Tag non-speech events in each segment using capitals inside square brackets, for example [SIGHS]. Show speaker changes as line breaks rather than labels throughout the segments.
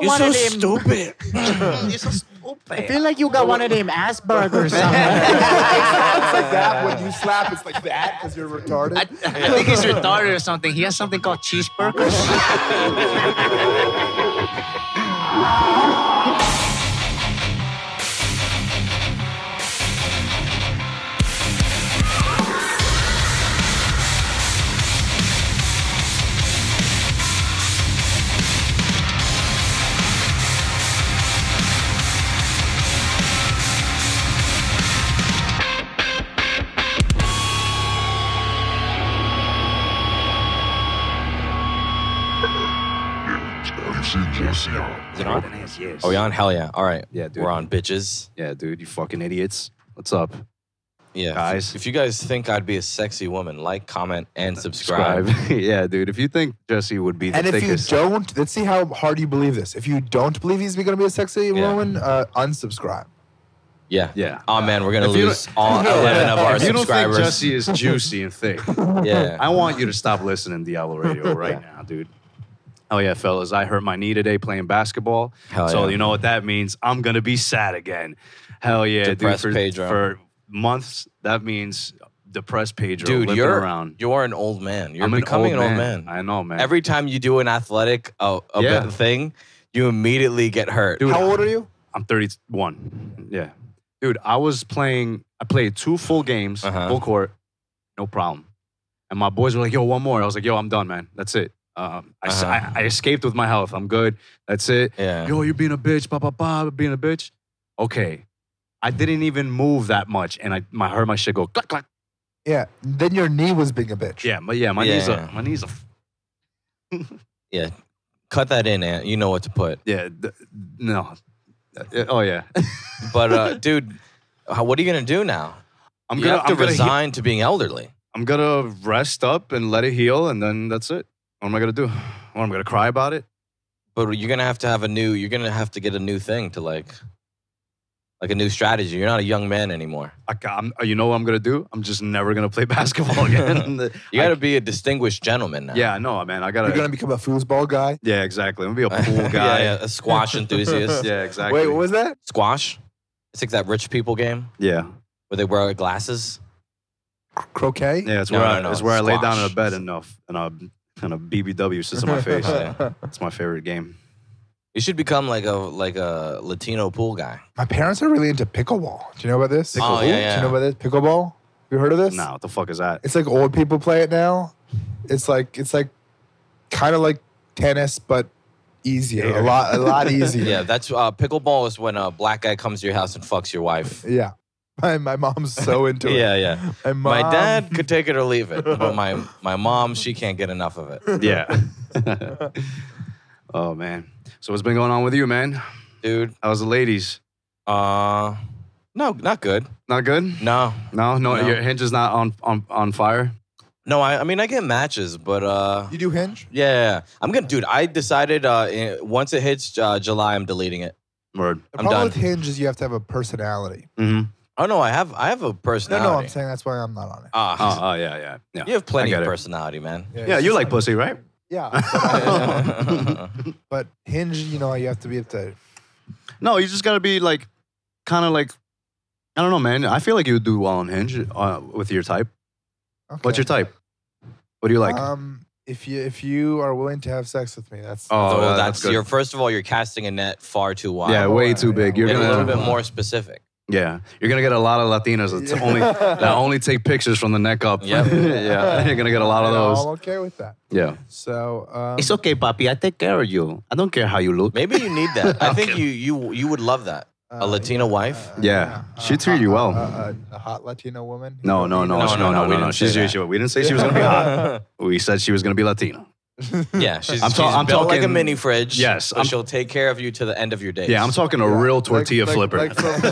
You're
one
so
of them.
stupid.
You're so
I
stupid.
feel like you got one of them Asperger's somewhere.
[LAUGHS] it's
[LAUGHS]
like that. When you slap, it's like that because you're retarded.
I, I think he's retarded or something. He has something called cheeseburgers.
Is it on?
Yes, yes.
Are we on? Hell yeah. All right.
Yeah, dude.
We're on, bitches.
Yeah, dude, you fucking idiots. What's up?
Yeah. if-
Guys.
If you guys think I'd be a sexy woman, like, comment, and subscribe.
[LAUGHS] yeah, dude. If you think Jesse would be the
and if you
thickest,
don't, let's see how hard you believe this. If you don't believe he's going to be a sexy
Yeah.
woman, uh, unsubscribe.
Yeah.
yeah.
Oh, man. We're going to
[LAUGHS] If you
lose all 11 of our
if you don't think
subscribers.
Jesse is juicy
[LAUGHS]
and thick,
yeah.
I want you to stop listening to Diablo
[LAUGHS]
Radio right now, dude. Oh yeah, fellas, I hurt my knee today playing basketball.
Hell
so
yeah.
you know what that means? I'm gonna be sad again. Hell yeah,
Depressed
dude. For,
Pedro.
for months, that means depressed Pedro.
Dude,
limping
you're
around.
you're an old man. You're
I'm an
becoming
old
an old
man.
man.
I know, man.
Every time you do an athletic uh, a
Yeah.
bit thing, you immediately get hurt.
Dude,
How old are you?
I'm 31. Yeah. Dude, I was playing, I played two full games,
Uh-huh.
full court, no problem. And my boys were like, yo, one more. I was like, yo, I'm done, man. That's it. Um, I, s-
Uh-huh.
I- I escaped with my health. I'm good. That's it.
yeah.
Yo, you're being a bitch, blah, blah, blah, being a bitch. Okay. I didn't even move that much. And I, my, I heard my shit go clack, clack.
[LAUGHS] Yeah. Then your knee was being a bitch.
Yeah, my, yeah, my knees
Yeah.
are, my knees are,
yeah. Cut that in, Ant. You know what to put.
yeah, th- no. Uh, Oh, yeah.
But uh, [LAUGHS] dude, how, what are you gonna do now?
I'm
you
gonna,
have to
I'm gonna he-
resign to being elderly.
I'm gonna rest up and let it heal, and then that's it. What am I gonna do? [SIGHS] What am I gonna cry about it?
But you're gonna have to have a new. You're gonna have to get a new thing to like, like a new strategy. You're not a young man anymore.
I, ca- I'm, uh, you know what I'm gonna do? I'm just never gonna play [LAUGHS] basketball again.
[LAUGHS] You got to
I,
be a distinguished gentleman now.
yeah, no, man. I gotta.
You're going to become a foosball guy.
[LAUGHS] yeah, exactly. I'm gonna be a
[LAUGHS] Yeah,
pool guy.
yeah, a squash enthusiast.
[LAUGHS] Yeah, exactly.
Wait, what was that?
Squash. It's like that rich people game
Yeah,
where they wear glasses.
Croquet?
yeah. It's
No,
where
no,
I,
no,
it's where I lay down
squash.
in a bed enough, and a and a BBW sits
[LAUGHS]
in my face.
Oh, Yeah.
It's my favorite game.
You should become like a like a Latino pool guy.
My parents are really into pickleball. Do you know about this?
Oh, yeah, yeah.
Do you know about this? Pickleball? You heard of this?
Nah, what the fuck is
[LAUGHS]
that?
It's like old people play it now. It's like it's like kind of like tennis, but easier. A lot a lot easier.
[LAUGHS] Yeah, that's uh, pickleball is when a black guy comes to your house and fucks your wife.
Yeah. My my mom's
[LAUGHS]
so into it.
Yeah, yeah.
My,
My
mom-
dad could take it or leave it,
[LAUGHS]
but my my mom she can't get enough of it. [LAUGHS]
Yeah. [LAUGHS] oh man. So what's been going on with you, man?
dude.
How's the ladies?
Uh, no, not good.
Not good.
No,
No, no,
No.
your hinge is not on on on fire.
no. I, I mean, I get matches, but uh,
You do hinge?
yeah, yeah, yeah. I'm gonna, dude. I decided uh, eh, once it hits uh, July, I'm deleting it.
Word.
The
I'm
problem
done.
with hinge is you have to have a personality.
Mm-hmm.
Oh no, I have, I have a
No,
personality.
no, I'm saying that's why I'm not on it.
Oh,
Ah,
oh, yeah, yeah, yeah.
you have plenty
I get
of
it.
[LAUGHS]
personality, man.
Yeah,
it's
you
just
like pussy, right?
[LAUGHS]
Yeah. but, I- Oh, but hinge, you know, you have to be at the
[LAUGHS] No, you just gotta be like, kind of like, I don't know, man. I feel like you would do well on Hinge uh, with your type.
okay.
What's your type? What do you like?
um if you if you are willing to have sex with me, that's
oh,
yeah,
that's,
good.
your. First of all, you're casting a net far too wide.
yeah, way too big. You're
Get
gonna
a little bit
[LAUGHS]
more specific.
Yeah, you're gonna get a lot of Latinas that
Yeah.
[LAUGHS] only that only take pictures from the neck up.
Yep.
[LAUGHS] yeah, you're gonna get a lot of
at all
those.
okay with that.
Yeah.
So um,
okay, papi. I take care of you. I don't care how you look.
Maybe you need
[LAUGHS]
that. I think
Okay.
you you you would love that.
uh,
A Latina
[LAUGHS]
wife.
Yeah, she treat
hot-
you well.
A, a, uh, a hot Latina woman. who
No,
would
no,
be
no,
No, no,
no, no,
no,
no,
we
no.
didn't say
She's,
that.
she, we didn't say she was gonna
[LAUGHS]
be hot. We said she was gonna be Latina.
Yeah, she's,
I'm
I'm
ta- I'm
built like a
talking-
mini fridge.
Yes,
but
I'm-
she'll take care of you to the end of your days.
Yeah, I'm talking a real tortilla
like,
flipper.
[LAUGHS]
[LAUGHS]
Like, from-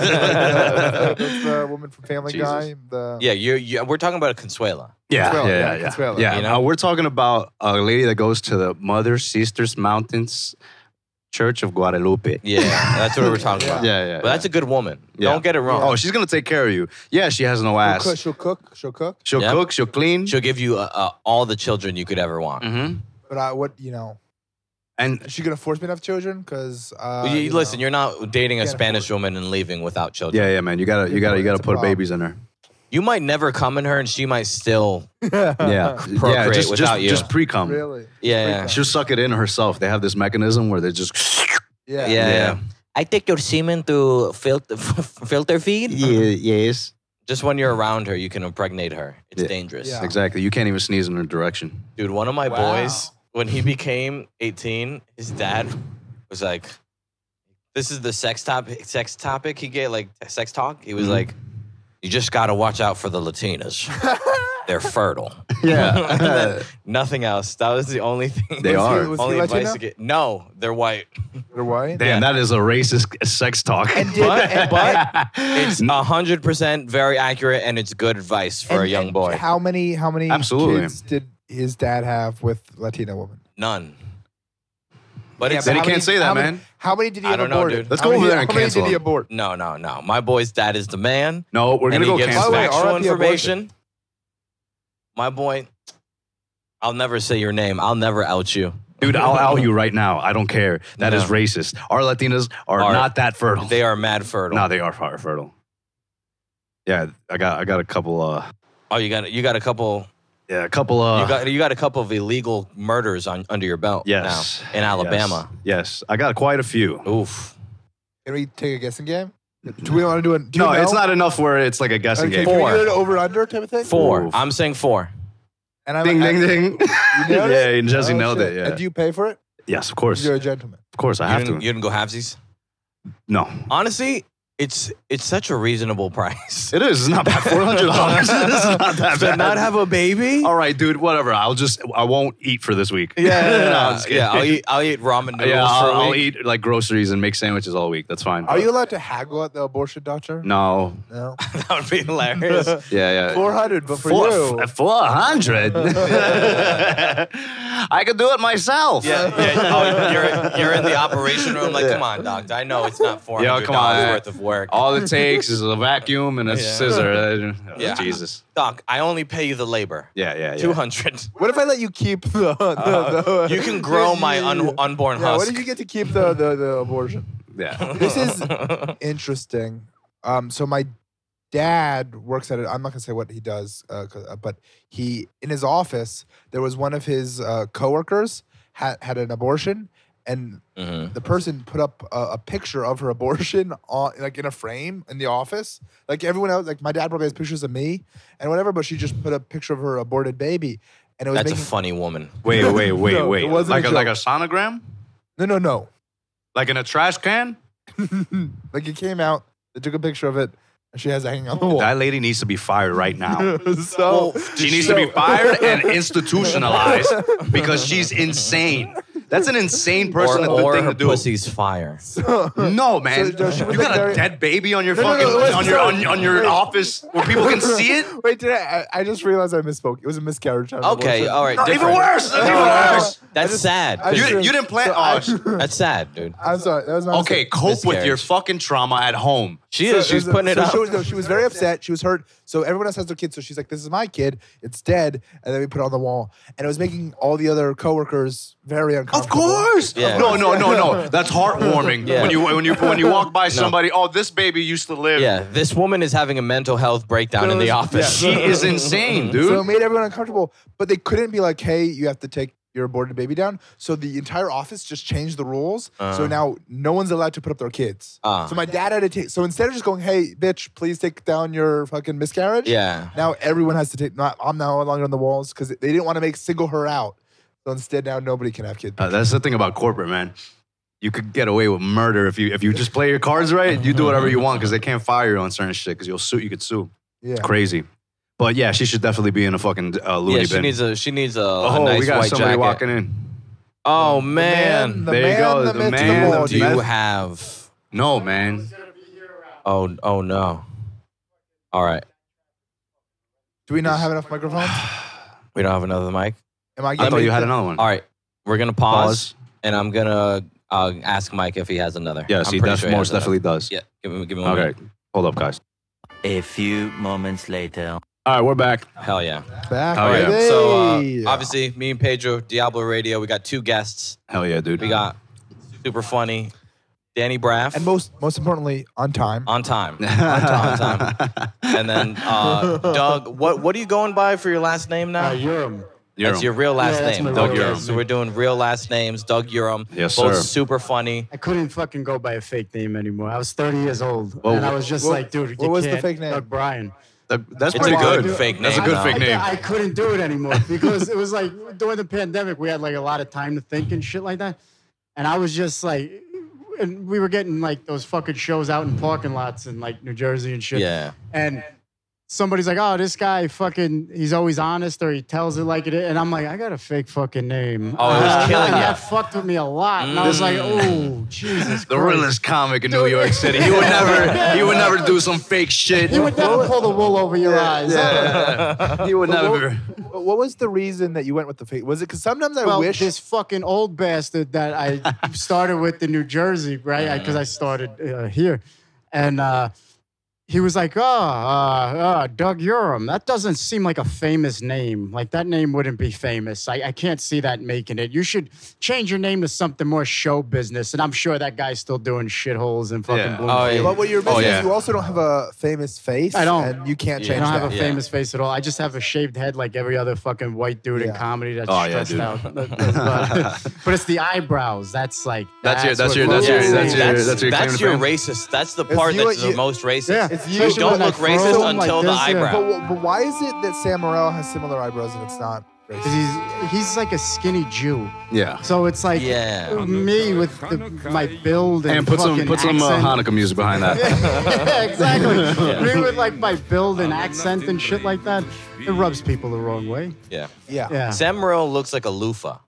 that's the woman from Family
Jesus.
Guy. The,
Yeah, you're, you we're talking about a Consuela.
yeah,
Consuela,
yeah, yeah,
yeah,
yeah.
Consuela.
Yeah,
You
no,
know?
we're talking about a lady that goes to the Mother Sisters Mountains Church of Guadalupe.
Yeah, that's what we were talking
Yeah.
about.
yeah.
But that's a good woman.
Yeah.
Don't get it wrong.
Oh, she's gonna take care of you. Yeah, she has no
She'll, cook,
ass.
she'll cook. She'll cook.
She'll
Yep.
cook. She'll clean. Mm.
She'll give you uh, uh, all the children you could ever want.
Mm-hmm.
But I would, you know,
And
she gonna force me to have children? Cause uh,
you, you
[LAUGHS]
listen,
know.
you're not dating a
Can't
Spanish woman and leaving without children.
yeah, yeah, man, you gotta, you gotta, you gotta
It's a
put
problem.
babies in her.
You might never come in her, and she might still. [LAUGHS]
Yeah, Um, yeah,
Procreate
just,
without
just,
you.
just pre cum.
Uh-huh. really.
Yeah,
She'll suck it in herself. They have this mechanism where they
[LAUGHS]
just.
Yeah.
yeah, yeah. yeah.
Yeah.
I take your semen to filter [LAUGHS] filter feed.
yes.
Just when you're around her, you can impregnate her. It's
Yeah.
dangerous,
Yeah.
Exactly. You can't even sneeze in her
[LAUGHS]
direction.
dude. One of my
Wow.
boys, when he became 18, his dad was like, "This is the sex topic. Sex topic he gave, like sex talk. He was
Mhm.
like, you just gotta watch out for the Latinas.
[LAUGHS]
They're fertile. [LAUGHS] And
Yeah.
then nothing else. That was the only thing. [LAUGHS]
They
Was
are.
He, was
only
he
advice
Latino?
to get. No, they're
[GASPS]
white.
Or white?
Damn, that is a racist sex talk.
But,
[LAUGHS]
but it's hundred percent very accurate, and it's good advice for a
And-
young
and
boy.
How many? How many?
Absolutely.
Kids did his dad have with Latina women?
None. But
Yeah,
it's
but
then he
how many-
can't say that,
how many-
man.
How many did he
I
have
don't know,
aborted?
dude.
Let's
How
go
many-
over there and
how many
cancel
did he
him.
abort?
no, no, no. My boy's dad is the man,
No, we're
and
gonna
he
go
gives
cancel.
By the way,
factual
RIP abortion.
information. My boy, I'll never say your name. I'll never out you.
Dude, I'll out you right now. I don't care. That is
No.
racist. Our Latinas are,
Are-
not that fertile.
They are mad fertile.
No, they are fer- fertile. Yeah, I got I got a couple uh
oh, you got you got a couple.
yeah, a couple uh
you got you got a couple of illegal murders on under your belt.
yes,
now in Alabama.
Yes, yes. I got quite a few.
Oof.
Can we take a guessing game? Do we want to do a? Do
no,
you know?
it's not enough where it's like a guessing
Okay,
game.
Can
Four.
we do an over under type of thing?
Four.
Oof.
I'm saying four.
And I'm,
Ding
I-
ding
[LAUGHS]
ding.
You nailed
[LAUGHS] yeah,
it?
and Jesse
Oh,
nailed
shit.
it. Yeah.
And do you pay for it?
yes, of course.
You're
Of
a gentleman.
course, I
you
have
didn't,
to.
you didn't go halvesies. [LAUGHS]
no.
Honestly, it's it's such a reasonable [LAUGHS] price.
It is. [LAUGHS] It's not bad. Four hundred dollars.
[LAUGHS]
it's not that
to
bad.
not have a baby.
All right, dude. Whatever. I'll just. I won't eat for this week.
[LAUGHS] Yeah,
[LAUGHS] No,
yeah,
I'm just
yeah.
kidding.
I'll eat I'll eat ramen noodles
[LAUGHS] Yeah,
for
I'll,
a
I'll
week.
eat like groceries and make sandwiches all week. That's fine.
Are you allowed to haggle at the abortion doctor?
No. [LAUGHS]
No.
[LAUGHS] that would be hilarious.
Yeah, yeah.
Four hundred, but for you,
Four
[LAUGHS]
hundred. [LAUGHS] I could do it myself.
yeah, yeah. Oh, you're you're in the operation room. Like, come on, doctor. I know it's not four
Yo,
hundred
come on.
dollars worth of work.
[LAUGHS] All it takes is a vacuum and a
Yeah. [LAUGHS]
scissor. Oh,
Yeah.
Jesus.
Doc, I only pay you the labor.
Yeah, yeah, yeah.
Two hundred.
what if I let you keep the? the, the
Uh-huh. You can grow my un- unborn
Yeah, what
husk.
if you get to keep the the, the abortion? [LAUGHS]
Yeah.
This
[LAUGHS]
is interesting. Um, so my dad works at it. I'm not gonna say what he does, uh, 'cause- uh, but he in his office there was one of his uh, coworkers had had an abortion, and
Mhm.
the person put up a, a picture of her [LAUGHS] abortion on like in a frame in the office. Like everyone else, like my dad probably has pictures of me and whatever, but she just put a picture of her aborted baby, and it was
That's a
making
funny woman.
Wait, wait, wait,
No, it
wait.
wasn't a
Like a,
joke.
like a sonogram?
no, no, no.
Like in a trash can?
Like it came out, they took a picture of it, and she has it hanging on the wall.
That lady needs to be fired right now.
[LAUGHS] so
She needs to be fired
[LAUGHS]
and institutionalized because she's insane. That's an insane person
or
to-
or
thing
her
to do.
pussy's fire.
No, man.
no, she was
you
like
got a
very-
dead baby on your
No, no, no,
fucking
it was-
on your on, on your
Wait.
office where people
[LAUGHS]
can see it.
Wait, did I, I? I just realized I misspoke. It was a miscarriage. not an
Okay,
abortion.
all right.
No, even
different.
worse. That's
No,
even
no,
worse.
That's
I just-
sad.
I
You,
just-
didn't- you didn't plan.
So
oh,
I-
sh-
That's sad, dude.
I'm sorry. That was my [LAUGHS]
okay,
mistake.
cope with your
Miscarriage.
fucking trauma at home.
She is.
So
She's
was a-
putting it
so
up.
She was, no, she was very upset. She was hurt. So everyone else has their kid. So she's like, "This is my kid. It's dead." And then we put it on the wall, and it was making all the other coworkers very
Of
uncomfortable.
course.
Yeah.
No, no,
[LAUGHS]
no, no. That's heartwarming.
Yeah.
When you when you when you walk by somebody, oh, this baby used to live.
yeah, this woman is having a mental health breakdown in the
Yeah.
office.
She is
[LAUGHS]
insane, dude.
So it made everyone uncomfortable, but they couldn't be like, "Hey, you have to take your aborted baby down." So the entire office just changed the rules. so
Uh.
now no one's allowed to put up their kids.
Ah.
so my dad had to take. So instead of just going, "Hey, bitch, please take down your fucking miscarriage,"
Yeah.
Now everyone has to take. Not, I'm now no longer on the walls because they didn't want to make single her out. So instead, now nobody can have kids.
Uh, that's the thing about corporate, man. You could get away with murder if you if you just play your cards right. You do whatever you want because they can't fire you on certain shit because you'll sue. You could sue.
yeah.
Crazy. But yeah, she should definitely be in a fucking uh, Louis
Yeah, she
bin.
needs a she needs a, a
oh,
nice
we got
white
somebody
jacket.
walking in.
Oh
The man,
man,
the
There you
man,
go,
the,
the
myth, the
man,
law,
the
do
dude.
you
Matt-
have?
No, man.
Oh oh no. All right,
Do we not have enough microphones?
we don't have another mic.
Am I?
I
Getting
thought you had another one.
All right, we're gonna pause, and I'm gonna uh, ask Mike if he has another.
Yes,
I'm
he
pretty
def-
sure
most
has another.
definitely does.
Yeah, give me give me one.
Okay.
minute.
Hold up, guys.
A few moments later.
All right, we're back.
Hell yeah.
Back.
Oh, yeah.
baby.
So uh, obviously, me and Pedro, Diablo Radio, we got two guests.
Hell yeah, dude.
We got super funny Danny Braff
and most most importantly, on
[LAUGHS]
time.
on time. on time. And then uh, Doug, what what are you going by for your last name now?
Uh, Urim.
You're
That's your real last
Yeah, that's
name,
my
Doug
real
Urum.
last
So we're doing real last names, Doug Urum.
Yes,
both
sir.
super
[LAUGHS]
funny.
I couldn't fucking go by a fake name anymore. I was 30 years old,
Well,
and I was just
what-
like, dude, you
what was the
can't-
fake name?
Doug Bryan.
That- that's
It's
pretty
a
good.
good fake
That's a
name,
good
though.
fake
I,
name.
I couldn't do
[LAUGHS]
it anymore because it was like during the pandemic, we had like a lot of time to think and shit like that. And I was just like, and we were getting like those fucking shows out in parking lots in like New Jersey and shit.
Yeah.
And somebody's like, oh, this guy fucking, he's always honest or he tells it like it is. And I'm like, I got a fake fucking name.
Oh, it was
[LAUGHS] Uh,
killing
and
ya. Mm.
That fucked with me a lot. And I was like, oh, Jesus
the
Christ.
realest comic in New York City. He would never, he would never do some fake shit.
He would never pull the wool over your eyes.
Yeah. He would never.
What what was the reason that you went with the fake? Was it because sometimes I
well,
wish
this fucking old bastard that I started with in New Jersey, right? Because I started uh, here, and uh, he was like, "Oh, uh, uh, Doug Urim. That doesn't seem like a famous name. Like that name wouldn't be famous. I, I can't see that making it. You should change your name to something more show business." And I'm sure that guy's still doing shitholes and fucking.
Yeah.
Bloomfield.
Oh, yeah.
But what you're
Oh,
missing
yeah.
is you also don't have a famous face.
I don't.
And you can't
Yeah.
change
I don't have
that.
a
Yeah.
famous face at all. I just have a shaved head like every other fucking white dude in
Yeah.
comedy that's
Oh, yeah,
stressed
dude. [LAUGHS]
out. That- that's about- but it's the eyebrows. That's like
That's your- that's
what
your-
fucking
that's your-
saves
that's
me.
your- that's your claim to fame?
racist. That's the part
you-
that's the
you-
most racist.
Yeah.
It's
you
usually
don't
when I
look racist
throw 'em like
until the
this, yeah.
eyebrow.
But, but why is it that Sam Morril has similar eyebrows and it's not racist?
'Cause he's he's like a skinny Jew.
Yeah.
So it's like
Yeah.
me with the, my build and,
And put some,
fucking
put some uh,
accent.
Hanukkah music behind that.
[LAUGHS] yeah, exactly.
Yeah.
Me with like my build and accent and shit like that. It rubs people the wrong way.
yeah.
yeah.
Yeah.
Sam Morril looks like a loofah.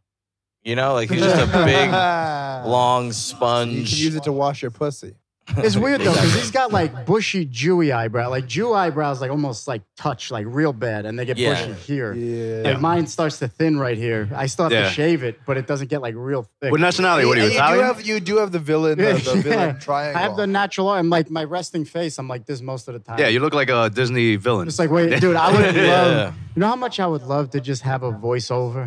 You know, like he's just
[LAUGHS]
a big,
[LAUGHS]
long
You can
Mm.
sponge.
use it to wash your pussy. [LAUGHS]
It's weird though, because he's got like bushy Jewy eyebrow. Like Jew eyebrows, like almost like touch, like real bad, and they get
Yeah.
bushy here.
Yeah.
Like mine starts to thin right here. I still have
Yeah.
to shave it, but it doesn't get like real thick. [LAUGHS]
What nationality? What are you,
And you, do
Italian?
have, you do have the villain, the, the
Yeah.
villain triangle.
I have the natural. I'm like my resting face. I'm like this most of the time.
yeah, you look like a Disney villain.
It's like
[LAUGHS]
wait, dude. I would
Yeah.
love. You know how much I would love to just have a voiceover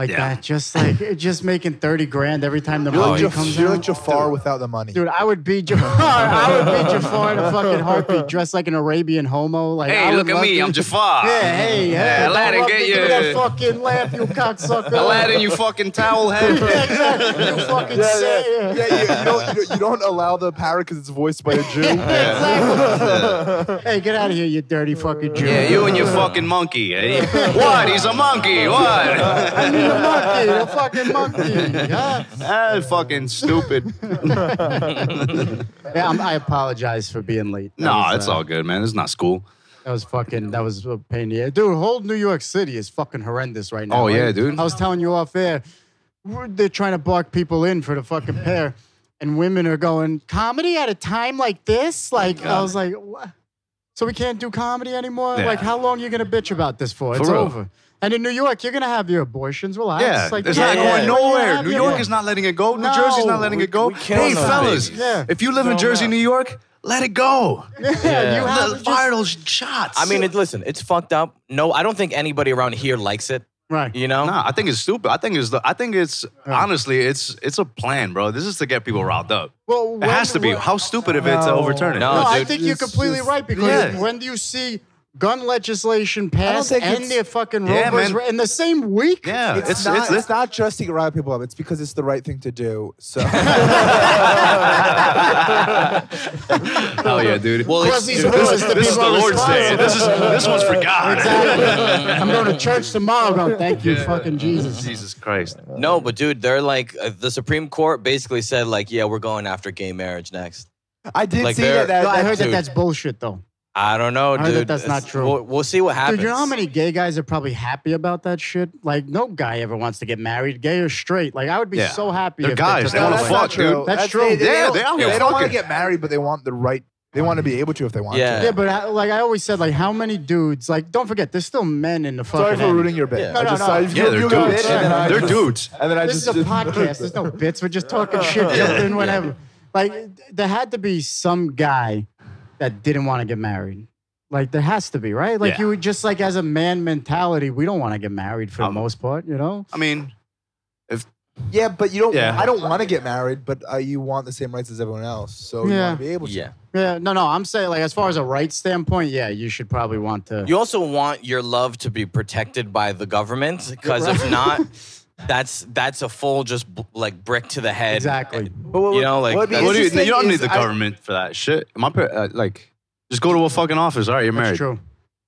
like
Yeah.
that. Just like it- just making thirty grand every time the
You're like,
movie
Jaf-
Oh, comes
you're
out.
like Jafar without the money.
Dude, I would be Jafar. [LAUGHS] I would be Jafar in a fucking heartbeat, dressed like an Arabian homo. Like, I
hey,
would
look at
love
me.
to-
I'm Jafar.
Yeah, hey, hey.
Yeah,
don't
Aladdin,
rub
get
me- Give me that
your-
fucking lamp, you cocksucker.
[LAUGHS] Aladdin,
[LAUGHS]
you fucking towel
Yeah, [LAUGHS]
head.
exactly. You fucking
yeah,
say
yeah, yeah, you,
[LAUGHS]
you don't, you, don't, you don't allow the parrot because it's voiced by a Jew. [LAUGHS]
[LAUGHS] Exactly. Hey, get out of here, you dirty fucking Jew.
Yeah, you and your fucking monkey.
[LAUGHS]
eh? What? He's a monkey. What? [LAUGHS]
I mean, [LAUGHS] the monkey, the fucking monkey. huh?
Ah, fucking
[LAUGHS]
stupid.
Yeah, I'm, I apologize for being late. That
No,
was,
it's
uh,
all good, man. It's not school.
That was fucking. That was a pain in the ass. dude. Whole New York City is fucking horrendous right now.
Oh, yeah,
I-
dude.
I was telling you off air, we're- they're trying to block people in for the fucking pair, and women are going comedy at a time like this. Like I was like, what? so we can't do comedy anymore.
Yeah.
Like how long you gonna bitch about this for? it's
real.
over. And in New York, you're gonna have your abortions. Relax.
Yeah,
like,
it's
you're
not
gonna
going
have your-
nowhere.
have
New
your-
York is not letting it go. New
No,
Jersey's not letting it go.
we kill
Hey,
those
fellas,
babies.
Yeah.
if you live in
Don't
Jersey,
know.
New York, let it go.
Yeah, you have
The
to just,
viral shots.
I mean, it, listen, it's fucked up. No, I don't think anybody around here likes it.
right.
You know?
Nah, I think it's stupid. I think it's the. I think it's honestly, it's it's a plan, bro. This is to get people riled up.
Well,
It
when-
has to be.
when-
How stupid of it to
No.
overturn it.
No.
No, I
dude.
think you're
It's
completely
just-
right because
Yeah.
when do you see gun legislation pass
think
and
it's-
the fucking Roe
Yeah,
versus
man.
Wade in the same week?
Yeah, it's
It's, not, it's,
it's
not just to rile people up. It's because it's the right thing to do.
[LAUGHS]
So
Hell yeah, dude.
Well,
Plus
it's,
these
dude,
horses, the
this is
people
the
are
Lord's Day.
responsible.
This is this one's for God.
[LAUGHS] Exactly.
[LAUGHS]
I'm going to church tomorrow. Going, thank you, fucking Jesus.
Jesus Christ.
no, but dude, they're like, uh, the Supreme Court basically said, like, yeah, we're going after gay marriage next.
I did
Like
see
they're-
that. that,
No, I
that
heard that
dude.
that's bullshit though.
I don't know,
I
dude.
heard that that's
It's-
not true.
We'll, we'll see what happens.
Dude, you know how many gay guys are probably happy about that shit? Like, no guy ever wants to get married, gay or straight. Like, I would be
Yeah.
so happy.
They're
if
guys,
They
they
took
wanna
that
that's
away.
not
fuck, dude.
That's
That's-
true.
They, they
Yeah,
don't,
they out here
want to
fucking.
get married, but they want the right. They want to be able to if they want.
Yeah.
To.
Yeah, but I, like I always said, like how many dudes? Like, don't forget, there's still men in the
Sorry
fucking.
for
end.
ruining your bit.
Yeah.
I
No, no,
just
no.
I just-
Yeah, they're
you got
dudes.
it, and then I
They're
just-
dudes.
And then I
this
just
is a podcast. There's no bits. We're just talking shit, jumping, whatever. Like, there had to be some guy that didn't want to get married. Like there has to be, right? Like
Yeah.
you would just like as a man mentality, we don't want to get married for
Um,
the most part, you know?
I mean,
Yeah, but you don't.
Yeah.
I don't want to get married, but uh, you want the same rights as everyone else, so you
Yeah.
want to be able to.
Yeah.
Yeah, no, no. I'm saying like as far as a right standpoint, yeah, you should probably want to.
You also want your love to be protected by the government because [LAUGHS] if not, that's that's a full just b- like brick to the head.
Exactly.
But what,
You know, like,
what'd be
that's-
what do you, you
interesting
don't need
is
the
I-
government for that shit. My par- uh, like, just go to a fucking office. All right, you're
That's
married.
true.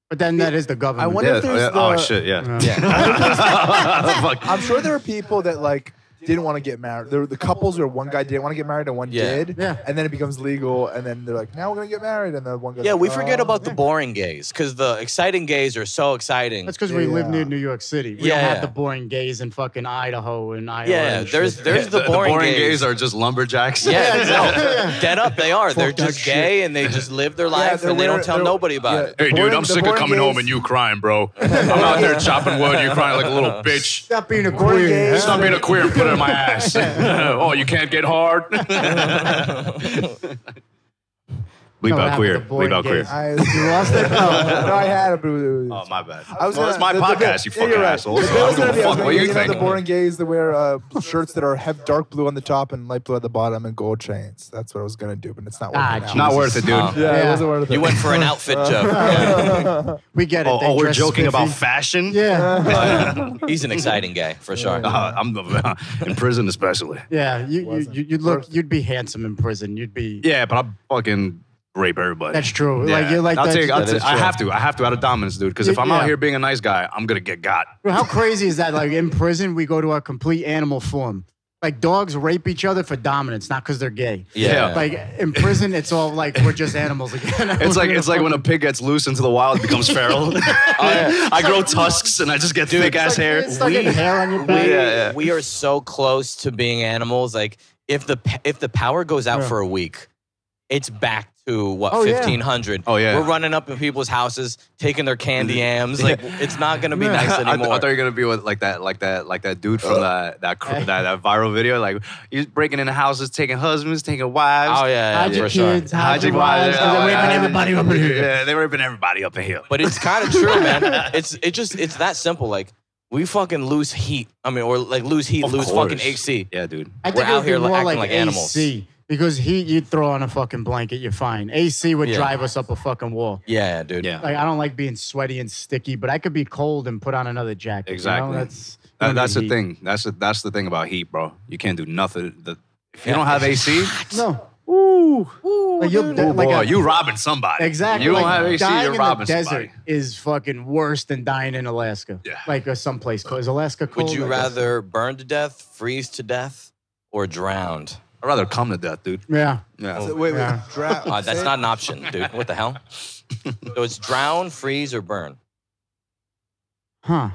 But then that is the government.
wonder-
Yeah.
if there's
yeah, Oh
the-
shit. Yeah.
Yeah.
[LAUGHS] Fuck.
I'm sure there are people that like didn't want to get married. There were the couples where one guy didn't want to get married and one
Yeah.
did,
Yeah.
and then it becomes legal, and then they're like, now we're gonna get married, and then one goes,
Oh, Yeah, we
"Uh,
forget about the boring gays because the exciting gays are so exciting.
That's because we live
Yeah.
near New York City. We
Yeah,
don't have
yeah.
the boring gays in fucking Idaho and Iowa.
Yeah,
and shit.
there's there's the, boring, gays.
are just
[LAUGHS]
lumberjacks.
yeah, no, dead up they are. They're
Fuck that
just
shit.
gay and they just live [LAUGHS] their
Yeah,
life
they're
and they don't
wearing-
tell
they're-
nobody about
yeah,
it.
[LAUGHS] Hey, dude,
boring-
I'm
the
sick of
boring
coming home
gays-
and you
[LAUGHS]
crying, bro. I'm out there
Yeah.
chopping wood. You're crying like a little bitch.
Stop being a
Boring
queer.
gays.
Stop being a queer and put it in my ass. [LAUGHS] oh, you can't get hard. [LAUGHS]
[LAUGHS]
Bleep
No,
out
I'm
queer.
the boring
Bleep out queer.
gays.
[LAUGHS] I, you lost it. No, [LAUGHS] no, I had a boo.
Oh, my bad.
I was
well,
gonna-
it's my
the- the-
podcast, you
yeah, you're
fucking
right.
asshole.
The
So
bill
I
was
don't
gonna
give
be-
a
I was
fuck
gonna
what
be,
you
you know, the
think.
boring gays that wear uh, shirts that are have dark blue on the top and light blue at the bottom and gold chains. That's what I was gonna do, but it's not working
Ah,
out.
Not worth it, dude.
Oh.
Yeah, it
Yeah.
wasn't worth it.
You went for an [LAUGHS] outfit joke. Yeah.
We get it.
Oh,
They
oh, we're
dress
joking about
spiffy.
fashion?
Yeah.
But he's an exciting guy for sure.
Uh, I'm the, [LAUGHS] in prison, especially.
Yeah. You, you,
Wasn't
you, you'd look,
worth
you'd be handsome in prison. You'd be.
Yeah, but I fucking rape everybody.
That's true. Like
Yeah.
you're like
I'll
that.
take, I'll
That is
take- I
true.
have to. I have to out of dominance, dude. Because if
Y-
I'm
yeah.
out here being a nice guy, I'm gonna get got.
Bro, how crazy is that? Like in prison, we go to a complete animal form. Like dogs rape each other for dominance, not because they're gay.
Yeah.
Like in prison, it's all like we're just animals again.
[LAUGHS]
[LAUGHS]
It's like it's like when a pig gets loose into the wild, it becomes feral. [LAUGHS] I grow tusks and I just get thick ass hair.
It's like hair on your
we,
back.
yeah.
we are so close to being animals. Like if the p- if the power goes out
Yeah.
for a week, it's back to what
Oh, yeah.
fifteen hundred.
Oh, yeah.
we're running up in people's houses, taking their candy yams.
[LAUGHS]
Like it's not gonna be
Yeah. Uh,
nice
I, I
anymore.
thought you were gonna be with like that, like that, like that dude from that that
eh.
cr- that, that viral video. Like he's breaking into houses, taking husbands, taking wives.
oh yeah,
Hide
yeah
your
for sure.
kids, hide your wives.
yeah,
They're raping
Oh, yeah.
everybody up in here.
Yeah, they're raping everybody up in here.
But it's kind of
[LAUGHS]
true, man. It's it just it's that simple. Like we fucking lose heat. I mean, or like lose heat,
Of
lose
course.
fucking AC.
Yeah, dude.
I think
We're
it
out
would be
here li-
more
acting
like,
like animals.
AC because heat, you'd throw on a fucking blanket, you're fine. AC would
Yeah.
drive us up a fucking wall.
Yeah, dude.
Yeah.
Like I don't like being sweaty and sticky, but I could be cold and put on another jacket. you know?
Exactly.
That's
That-
you know,
that's the
heat.
thing. That's the, that's the thing about heat, bro. You can't do nothing. The- if you don't have
[LAUGHS]
AC,
No.
Ooh,
Like you'll
oh
de- like
boy,
a-
you robbing somebody.
Exactly.
You don't
like,
have AC,
dying
you're
in
robbing
the desert
somebody.
is fucking worse than dying in Alaska.
Yeah.
Like uh, someplace cold. Is Alaska cold?
Would you
I guess.
rather burn to death, freeze to death, or drowned?
I'd rather come to death, dude. Oh,
Yeah.
Yeah.
[LAUGHS] So, wait, wait,
Yeah.
dra-
[LAUGHS] Uh, that's
say-
not an option, dude. What the hell? So it's drown, freeze, or burn.
Huh.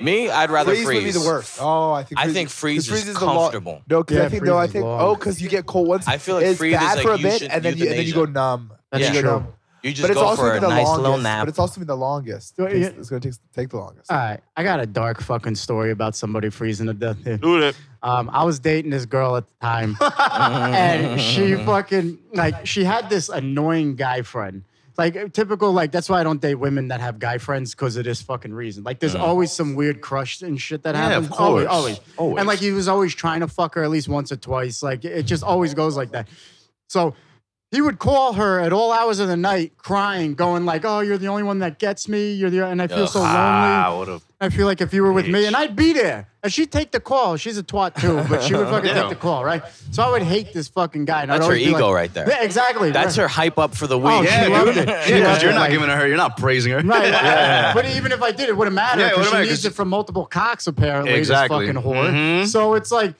Me, I'd rather
freeze would
freeze.
be the worst. Oh, I think
I
freeze,
think freeze,
'cause
is,
the law-
comfortable.
No, because
Yeah,
I think no, I
freeze is
think
long.
oh, because you get cold once.
I feel like
it's
freeze is
bad
like
for a
euth-
bit, and then you and then you go
euthanasia.
numb.
That's
You go
true.
numb.
you just
But it's
go
also
for
gonna
a
be the
nice little
longest.
nap.
But it's also gonna be the longest.
Do I-
Takes- It's gonna take take the longest.
All right. I got a dark fucking story about somebody freezing to death here.
Do it.
Um, I was dating this girl at
[LAUGHS]
the time, and she fucking like she had this annoying guy friend. Like typical, like that's why I don't date women that have guy friends because of this fucking reason. Like there's always some weird crush and shit that
Yeah, of
happens. Always,
course.
always,
Always.
And like he was always trying to fuck her at least once or twice. Like it just always goes like that. So he would call her at all hours of the night, crying, going like, "Oh, you're the only one that gets me. You're the and I feel so lonely."
Ah, what a
I feel like if you were with me,
Bitch.
and I'd be there, and she'd take the call. She's a twat too, but she
[LAUGHS]
would fucking
Yeah.
take the call, right? So I would hate this fucking guy. And I'd
That's her
always be
ego
like-
right there.
Yeah, exactly.
That's her hype up for the week.
Oh,
[LAUGHS]
she
Yeah,
loved
dude.
it.
Yeah,
She loved
because you're
it,
not
like-
giving it her, you're not praising
[LAUGHS]
her.
[LAUGHS] Right. But even if I did, it wouldn't matter
Yeah, it
because
wouldn't
she
matter,
needs
'cause-
it from multiple cocks, apparently.
Exactly.
This fucking whore.
Mm-hmm.
Mhm.
So it's like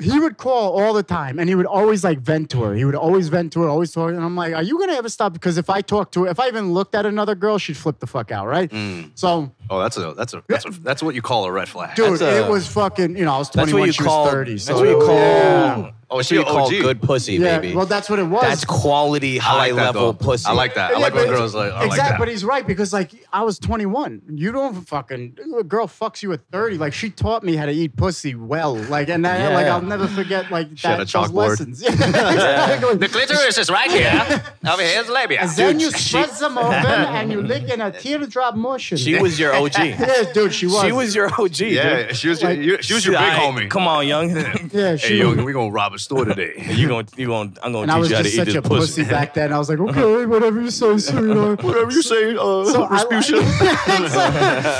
he would call all the time and he would always like vent to her. He would always vent to her, always talk. And I'm like, are you gonna ever stop? Because if I talk to her, if I even looked at another girl, she'd flip the fuck out, right?
Mm.
So
Oh, that's a that's a that's a, that's what you call a red flag. [LAUGHS]
dude,
That's a-
it was fucking, you know, I was
That's
21,
what you
she
call.
was 30.
That's
so
what you
it was-
call
Yeah.
Oh,
That's what you call good pussy,
yeah,
baby.
well, that's what it was.
That's quality,
I
high
like that,
level
though.
pussy.
I like that. I
Yeah,
like when
but-
girls like. I
exactly,
Like
but he's right because like I was 21. You don't fucking a girl fucks you at 30. Like she taught me how to eat pussy well. Like and that,
Yeah.
like I'll never forget like
She had
that,
a
those
chalkboard.
lessons. [LAUGHS] Yeah, exactly.
The clitoris is right
[LAUGHS]
here. Over here is labia.
And then you
She-
spread them open and you lick in a teardrop
[LAUGHS]
motion.
she was your OG.
[LAUGHS] yeah, dude, she was.
she was your OG.
that. Yeah, she was your, you- she was your big
Alright,
homie.
Come on, young.
[LAUGHS] Yeah, she
Hey, yo,
was.
we gonna rob a store
[LAUGHS]
today.
you going you going I'm gonna
And I
teach
was
you how to
just
eat
such
this
a pussy back then. I was like, okay, whatever you say, sweetheart.
Whatever you say, uh,
So I like- [LAUGHS]
Rasputia. [LAUGHS]
It's like-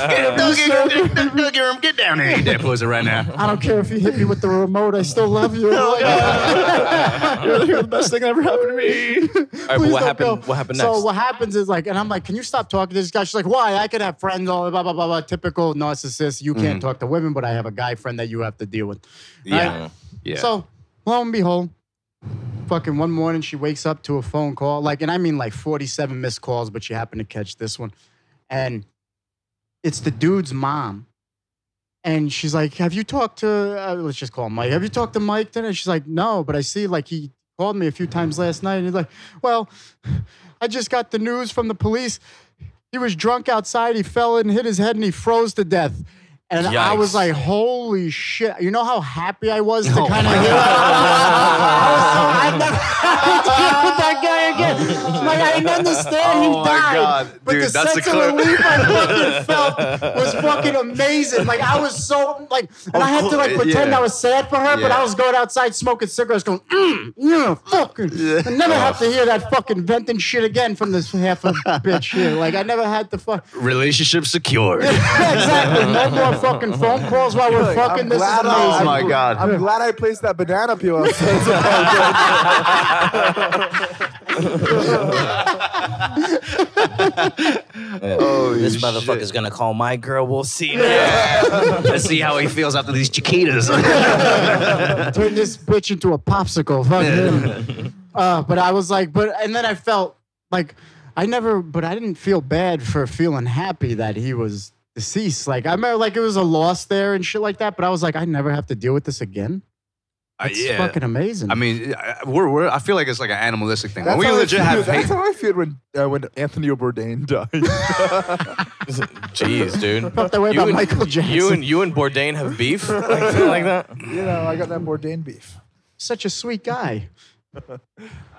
Get him, Doug, get him, Doug, Doug, get him, get down there. Eat that pussy right now.
[LAUGHS] I don't care if you hit me with the remote. I still love you. [LAUGHS]
You're the best thing that ever happened to me.
All right, but
Please
what
don't
happened
go.
what happened
So
next?
what happens is like, and I'm like, can you stop talking to this guy? She's like, why? I could have friends, all blah blah blah blah. Typical narcissist. You
Mm.
can't talk to women, but I have a guy friend that you have to deal with.
Yeah.
Right?
[LAUGHS] Yeah.
So lo and behold, fucking one morning she wakes up to a phone call, like, and I mean like 47 missed calls, but she happened to catch this one, and it's the dude's mom. And she's like, "Have you talked to? Uh, let's just call him Mike. Have you talked to Mike today?" She's like, "No, but I see like he called me a few times last night." And he's like, "Well, I just got the news from the police. He was drunk outside. He fell and hit his head and he froze to death." And I was
Yikes.
like, "Holy shit!" You know how happy I was to
[LAUGHS]
kind of hear. I was so- I never [LAUGHS] had to deal with that guy again. Like I didn't understand
Oh
he
my
died,
God.
but
Dude,
the
that's
sense
a
of
clip.
relief I fucking
[LAUGHS]
felt was fucking amazing. Like I was so like, and I had to like
course,
pretend
yeah.
I was sad for her, but
Yeah.
I was going outside smoking cigarettes, going, mm, yeah, fucking. I never
Oh.
have to hear that fucking venting shit again from this half of bitch here. Like I never had to fuck.
Relationship secured.
[LAUGHS] Yeah, exactly. No more fucking phone calls while we're fucking.
I'm
this is
glad
amazing.
I-
Oh my God.
I'm glad I placed that banana peel. [LAUGHS]
this motherfucker's gonna call my girl. We'll see.
[LAUGHS]
Let's see how he feels after these chiquitas.
[LAUGHS] turn this bitch into a popsicle. Fuck him. Uh, but I was like, but and then I felt like I never, but I didn't feel bad for feeling happy that he was deceased. Like I remember, like it was a loss there and shit like that. But I was like, I never have to deal with this again.
[LAUGHS] Uh,
It's
yeah.
fucking amazing.
I mean, I- we're, we're, I feel like it's like an animalistic thing.
That's
we
how I
legit
feel-
have hate.
That's how I feel when uh, when Anthony Bourdain
[LAUGHS]
died.
Jeez, dude.
felt that way
You
about
and-
Michael Jackson.
You and you and Bourdain have beef?
[LAUGHS]
Like, something like that?
you know, I got that Bourdain beef.
Such a sweet guy.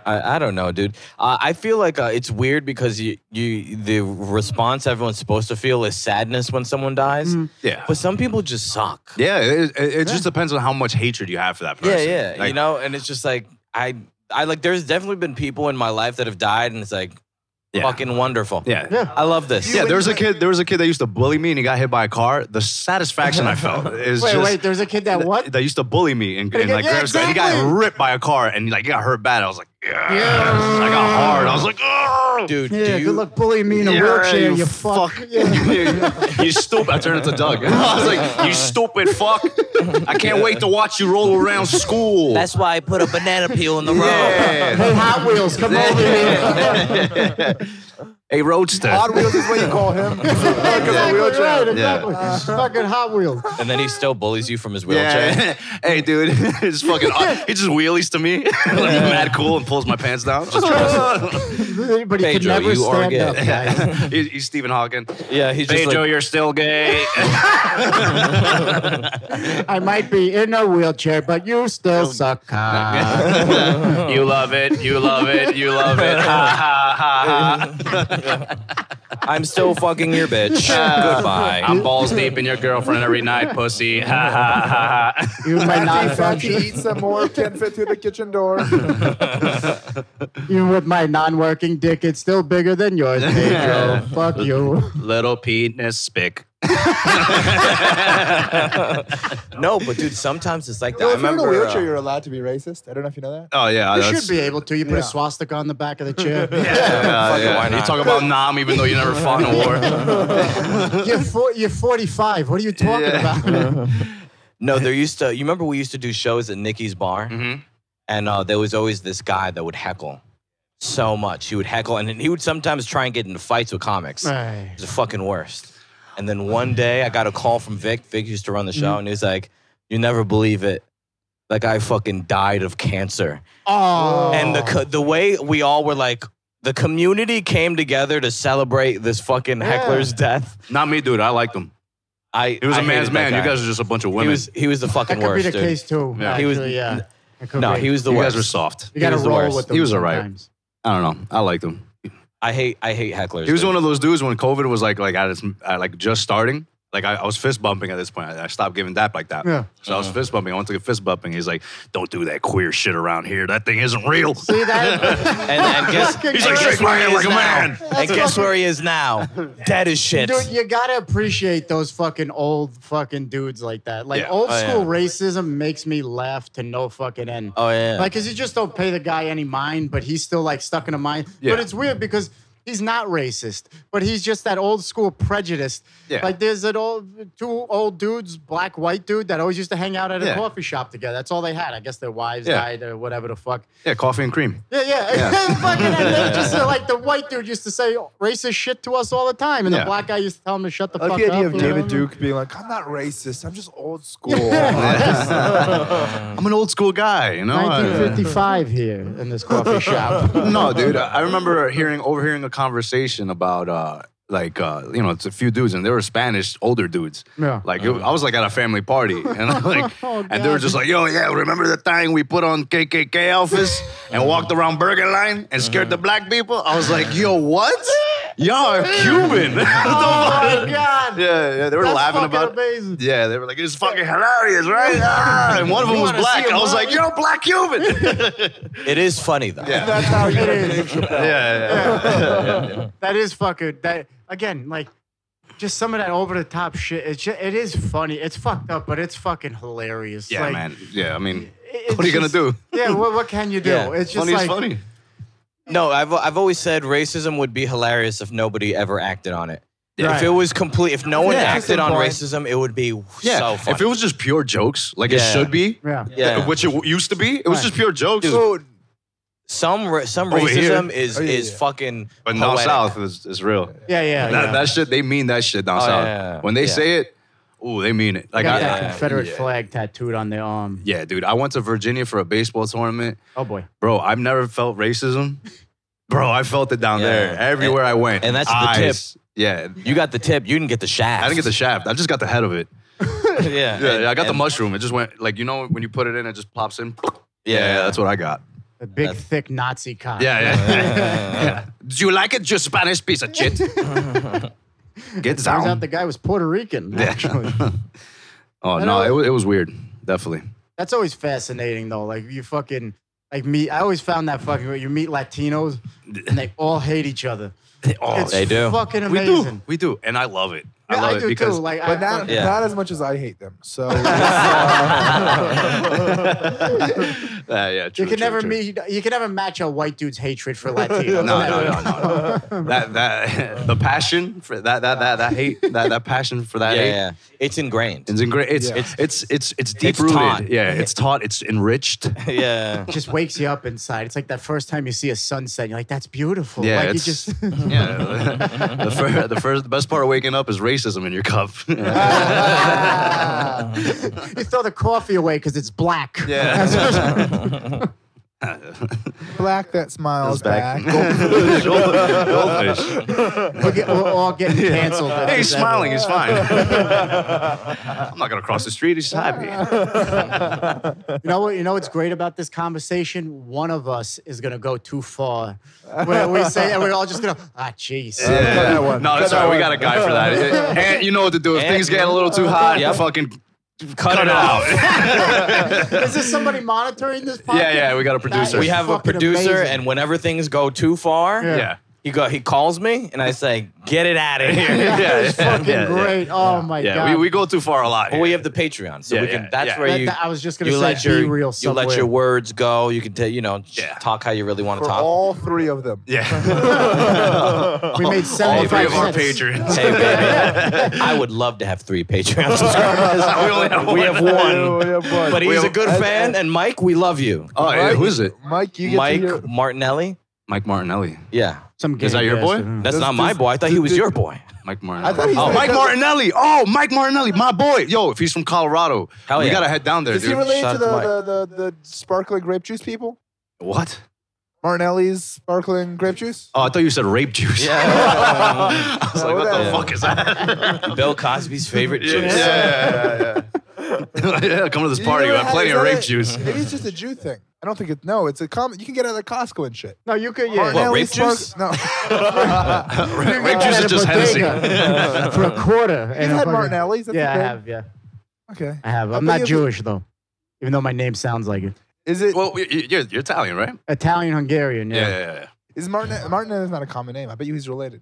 I, I don't know, dude. Uh, I feel like uh, it's weird because you, you the response everyone's supposed to feel is sadness when someone dies,
Mm-hmm.
Yeah.
but some people just suck.
[LAUGHS] Yeah, it, it, it just depends on how much hatred you have for that
yeah,
person.
yeah.
Like,
you know, and it's just like I, I like. There's definitely been people in my life that have died, and it's like
yeah.
fucking wonderful.
Yeah.
Yeah.
I love this.
Yeah, there was a kid. There was a kid that used to bully me, and he got hit by a car. The satisfaction I felt is
Wait,
just
wait. There's a kid that what?
that used to bully me and, and
Yeah,
like grab stuff. and He
exactly.
got ripped by a car, and he like got hurt bad. I was like, yeah.
Yeah.
I got hard. I was like, oh,
dude.
yeah,
do you,
good luck bullying me in a
Yeah,
wheelchair.
you
You, fuck. Yeah.
you stupid. I turned into Doug. [LAUGHS] I was like, you stupid fuck. I can't wait to watch you roll around school.
That's why I put a banana peel in the road.
yeah.
Hey, Hot
[LAUGHS]
Wheels, come over here.
Hey, roadster.
Odd Wheels is what you call [LAUGHS] him.
exactly right. Exactly.
Yeah.
Fucking Hot Wheels.
[LAUGHS] And then he still bullies you from his wheelchair.
Yeah. [LAUGHS] hey, dude, it's fucking. He just wheelies to me, [LAUGHS] like mad cool, and pulls my pants down. [LAUGHS]
But he could
Pedro,
never
you are
stand
gay.
up,
[LAUGHS]
guys.
he's, he's Stephen Hawking.
Yeah, he's just like,
you're still [LAUGHS] gay.
I might be in a wheelchair, but you still suck.
[LAUGHS]
cock.
you love it. You love it. You love it. Ha ha ha ha.
I'm still fucking your bitch. [LAUGHS] Goodbye.
I'm balls deep in your girlfriend every night, pussy. Ha ha ha ha.
You might
[LAUGHS]
not
Fatty, fatty,
function.
eat some more. Can't fit through the kitchen [LAUGHS] door.
Even with my non-working dick, it's still bigger than yours, Pedro. Fuck you.
Little penis spick.
No, but dude, sometimes it's like that.
Well,
I
if you're in a
remember.
wheelchair,
uh,
you're allowed to be racist. I don't know if you know that.
Oh yeah,
You
that's-
should be able to. You put
Yeah.
a swastika on the back of the chair.
Yeah,
Fuck it, why
You
not?
talk about Nam, even though you never fought in a [LAUGHS] war.
[LAUGHS] You're, four, you're 45. What are you talking
Yeah.
about?
No, there used to. You remember we used to do shows at Nikki's bar,
Mhm.
and uh, there was always this guy that would heckle so much. He would heckle, and then he would sometimes try and get into fights with comics.
[LAUGHS] Right.
It was the fucking worst. And
Mm-hmm.
then one day I got a call from Vic. Vic used to run the show, and he was like, "You never believe it,
like I fucking died of cancer.
Oh.
And the co- the way we all were like, the community came together to celebrate this fucking heckler's death.
Not me, dude. I liked him.
I
He was
a
a man's man. You guys are just a bunch of
He
women.
was he was the
that
fucking
could
worst.
be the
dude.
case too.
Yeah.
He was-
actually, yeah. That could
No,
be.
he was the
you
worst.
guys were soft.
You got to
was the
roll
worst.
with them.
He was all right.
sometimes.
I don't know. I liked him.
I hate I hate hecklers.
He was
dude.
one of those dudes when COVID was like like at its, at like just starting. Like I, I was fist bumping at this point. I, I stopped giving dap like that.
Yeah.
So I was fist bumping. I went to get fist bumping. He's like, "Don't do that queer shit around here. That thing isn't real."
See that?
and, and guess
He's like,
and guess
"Shake my
where he
hand
is
like a
now.
man."
And guess where he is now? Dead as shit.
Dude, you gotta appreciate those fucking old fucking dudes like that. Like
Yeah.
old
Oh, yeah.
school racism makes me laugh to no fucking end.
Oh yeah.
Like, cause you just don't pay the guy any mind, but he's still like stuck in a mind.
Yeah.
But it's weird because he's not racist, but he's just that old school prejudice.
Yeah.
Like there's an old two old dudes, black white dude that always used to hang out at a
Yeah.
coffee shop together. That's all they had. I guess their wives
Yeah.
died or whatever the fuck.
[LAUGHS] yeah, coffee and cream.
Yeah, yeah.
Yeah.
[LAUGHS] Fucking, and
[LAUGHS]
they just uh, like the white dude used to say racist shit to us all the time, and
Yeah.
the black guy used to tell him to shut the
I
fuck
like the
up.
idea of
you know
David
what I mean?
Duke being like, I'm not racist. I'm just old
[LAUGHS]
[LAUGHS] school.
I'm an old school guy, you know. I-
1955 here in
[LAUGHS]
this coffee shop. [LAUGHS]
no, dude. I I remember hearing overhearing a conversation about uh like uh you know it's a few dudes and they were Spanish older dudes.
Yeah. Oh,
Like it- I was like at a family party and
[LAUGHS]
I'm like and they were
God.
just like yo yeah remember the time we put on KKK outfits and walked around Burger Line and scared the black people. I was like yo
[LAUGHS]
what y'all are Cuban. [LAUGHS]
Oh my god.
yeah, yeah, they were
That's
laughing
fucking
about.
amazing.
Yeah, they were like, "It's fucking hilarious, right?" Ah, and one of them
You
was
wanna
black.
see a
I was like,
movie?
"You're a black
[LAUGHS]
Cuban."
it is funny though.
[LAUGHS] yeah.
That's how you
It
did
is.
yeah, [LAUGHS] yeah, yeah, yeah, yeah.
That is fucking that again, like just some of that over the top shit. It's just, it is funny. It's fucked up, but it's fucking hilarious.
Yeah,
Like,
man. Yeah, I mean,
it-
What are you
it's
gonna
just- Yeah, what, what can
[LAUGHS]
you do?
Yeah.
It's just
funny
like
is funny.
No, I've I've always said racism would be hilarious if nobody ever acted on it.
Yeah.
If it was complete, if no one
Yeah.
acted on
Point.
racism, it would be
Yeah,
so funny.
if it was just pure jokes, like it
Yeah.
should be,
yeah.
yeah.
which it w- used to be, it was
Right.
just pure jokes.
Dude,
some ra- some
Over here.
racism is
Oh, yeah,
is
yeah.
fucking
but now
poetic.
south is, is real.
Yeah, yeah,
That,
yeah.
that shit, they mean that shit down
Oh,
south.
yeah, yeah,
When they
yeah.
say it, ooh, they mean it. Like,
got
I,
that
yeah,
Confederate
yeah.
flag tattooed on their arm.
yeah, dude, I went to Virginia for a baseball tournament.
Oh boy.
Bro, I've never felt racism. Bro, I felt it down
Yeah.
there. Everywhere I went.
and that's the tip.
tip. Yeah.
You got the tip. You didn't get the shaft.
I didn't get the shaft. I just got the head of it.
the [LAUGHS] yeah.
Yeah,
and-
I got the
and-
mushroom. It just went like you know when you put it in, it just pops in.
Yeah.
that's what I got.
The big thick Nazi cock.
Yeah, [LAUGHS] yeah. Do you like it? Just Spanish piece of
[LAUGHS]
shit. Get
Turns
down.
out the [LAUGHS] guy was Puerto Rican,
[LAUGHS]
actually. uh,
oh
I
no,
don't-
it was, it was weird. Definitely.
That's always fascinating though. Like you fucking like meet I always found that fucking you meet Latinos and they all hate each other.
Oh,
it's
they do.
fucking
we
amazing.
do, we do, and I love it.
Yeah,
I love
do
it because
too. Like, [LAUGHS] I,
but not,
Yeah.
not as much as I hate them. [LAUGHS] So it's,
[LAUGHS] [LAUGHS] Yeah, yeah, true,
you can
true,
never
true.
meet. You can never match a white dude's hatred
[LAUGHS]
for
No,
Latinos.
no, no,
[LAUGHS]
no, no. that that [LAUGHS] the passion for that that that that hate that that passion for that
Yeah,
hate.
yeah. It's ingrained.
It's ingra- it's,
Yeah.
it's it's it's it's deep
It's
rooted.
taught.
Yeah, it's taught. It's
[LAUGHS]
enriched.
[LAUGHS] yeah.
It just wakes you up inside. It's like that first time you see a sunset. You're like, that's beautiful.
Yeah,
like you
it's,
just
[LAUGHS] yeah. the, fir- the first, the best part of waking up is racism in your cup. [LAUGHS]
[LAUGHS] you throw the coffee away because it's black.
yeah.
black that smiles back. [LAUGHS]
[LAUGHS] Goldfish. Goldfish.
[LAUGHS] We're, get, we're all getting canceled.
Hey, [LAUGHS] he's smiling. He's
[LAUGHS]
fine. I'm not gonna cross the street. He's
[LAUGHS]
happy.
You know what? You know what's great about this conversation? One of us is gonna go too far. Where we say, and we're all just gonna, ah, jeez.
that one.
No, that's
Cut
all
that
right.
one.
We got a guy
[LAUGHS]
for that. And you know what to do if
And-
things get a little too hot. Yeah,
Yep.
fucking cut,
it
it out.
Is there somebody monitoring this?
[LAUGHS]
Podcast?
yeah, yeah. We got a
[LAUGHS]
producer.
We have a
fucking
producer,
amazing.
and whenever things go too far,
yeah.
he go he calls me, and I say, "Get it out
[LAUGHS]
of here."
yeah,
that is fucking
yeah, yeah.
great. Oh my
Yeah,
god.
we, we go too far a lot.
Well,
here.
we have the Patreon, so
Yeah,
we can.
yeah,
that's
yeah.
where
That-
you.
that- I was just gonna
you
say,
let your
be real.
you
Somewhere.
let your words go. You can ta- you know
Yeah.
talk how you really want to
For
talk.
all three of [LAUGHS] them.
yeah.
[LAUGHS]
[LAUGHS]
We made
all three
seventy-five
of our
cents.
[LAUGHS]
patrons.
hey baby, I would love to have three Patreon subscribers.
[LAUGHS] we only have
we
one.
have one,
We have one.
but he's
have-
a good fan. And Mike, we love you.
Oh, yeah, who is it?
Mike, you get
Mike
to hear,
Martinelli.
Mike Martinelli.
Yeah.
Some
Is that your boy?
That's
Does-
not my
does-
boy. I thought he was your
[LAUGHS]
boy.
Mike
I thought
Martinelli.
he
Oh,
said-
Mike Martinelli. Oh, Mike Martinelli, my boy. Yo, if he's from Colorado,
Hell
we
yeah.
gotta head down there,
Is he
dude.
related
shout
to
out to Mike.
the, the, the, the sparkling grape juice people?
what?
Martinelli's sparkling grape juice?
Oh, I thought you said rape juice.
Yeah.
[LAUGHS] I was like, what the
Yeah.
fuck is that? [LAUGHS]
Bill Cosby's favorite
Yeah,
juice.
yeah, yeah, yeah, yeah. Come to this party. We
You know
got
what?
plenty
Is
of
that
rape
it?
juice.
Maybe it's just a Jew thing. I don't think it's no. It's a common. You can get it at Costco and shit.
No, you could, yeah.
What,
Martinelli's
rape juice? [LAUGHS]
No,
Ra- rape juice
At
is
a
just Hennessy.
bodega
[LAUGHS]
for a quarter. and
you've
a
had
fucking-
Martinelli's. That's
Yeah, I
okay.
have. Yeah,
Okay.
I have.
I
I'm
thought you-
not Jewish though, even though my name sounds like it.
Is it?
Well, y- y- you're, you're Italian, right?
Italian Hungarian.
Yeah,
Yeah.
yeah,
Is Martin? Martin is not a common name. I bet you he's related.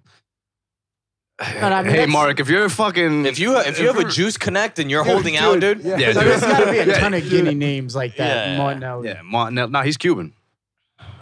yeah.
But I mean,
hey,
that's-
Mark, if you're fucking,
If you if you have a
you're-
juice connect and you're holding out, dude.
Yeah.
Yeah,
So
dude.
there's got to be a
[LAUGHS] Yeah,
ton of Guinea names like that.
Yeah.
Martinelli.
yeah, Martinelli. No, he's Cuban.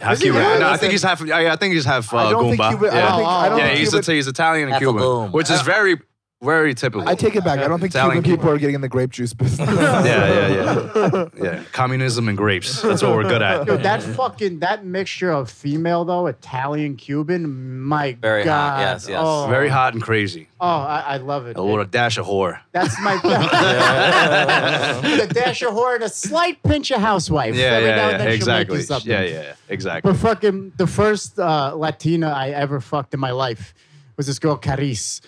Half
Is he
Cuban.
really?
No, I
That's
think
a-
he's half. Yeah, I think he's half uh,
I don't think
Goomba.
Cuban. I
yeah,
don't think. I don't
yeah,
think
he's,
Cuban,
Ita- he's Italian and
Half a
Cuban,
Goomba.
which is very, very typical.
I take it back. I
[LAUGHS]
don't think
Italian
Cuban people are getting in the grape
[LAUGHS]
juice business.
yeah, yeah, yeah, yeah. Communism and grapes. That's what we're good at.
Dude, that fucking that mixture of female though, Italian, Cuban, my
Very hot,
god,
yes, yes.
Oh,
Very hot and crazy.
Oh, I, I love it.
A little dash of whore.
That's
[LAUGHS]
my [LAUGHS] the dash of horror, and a slight pinch of housewife.
Yeah, yeah,
Every now
yeah,
and then she'll make you
exactly.
something.
Yeah, yeah, yeah, exactly.
But fucking the first uh, Latina I ever fucked in my life was this girl Caris.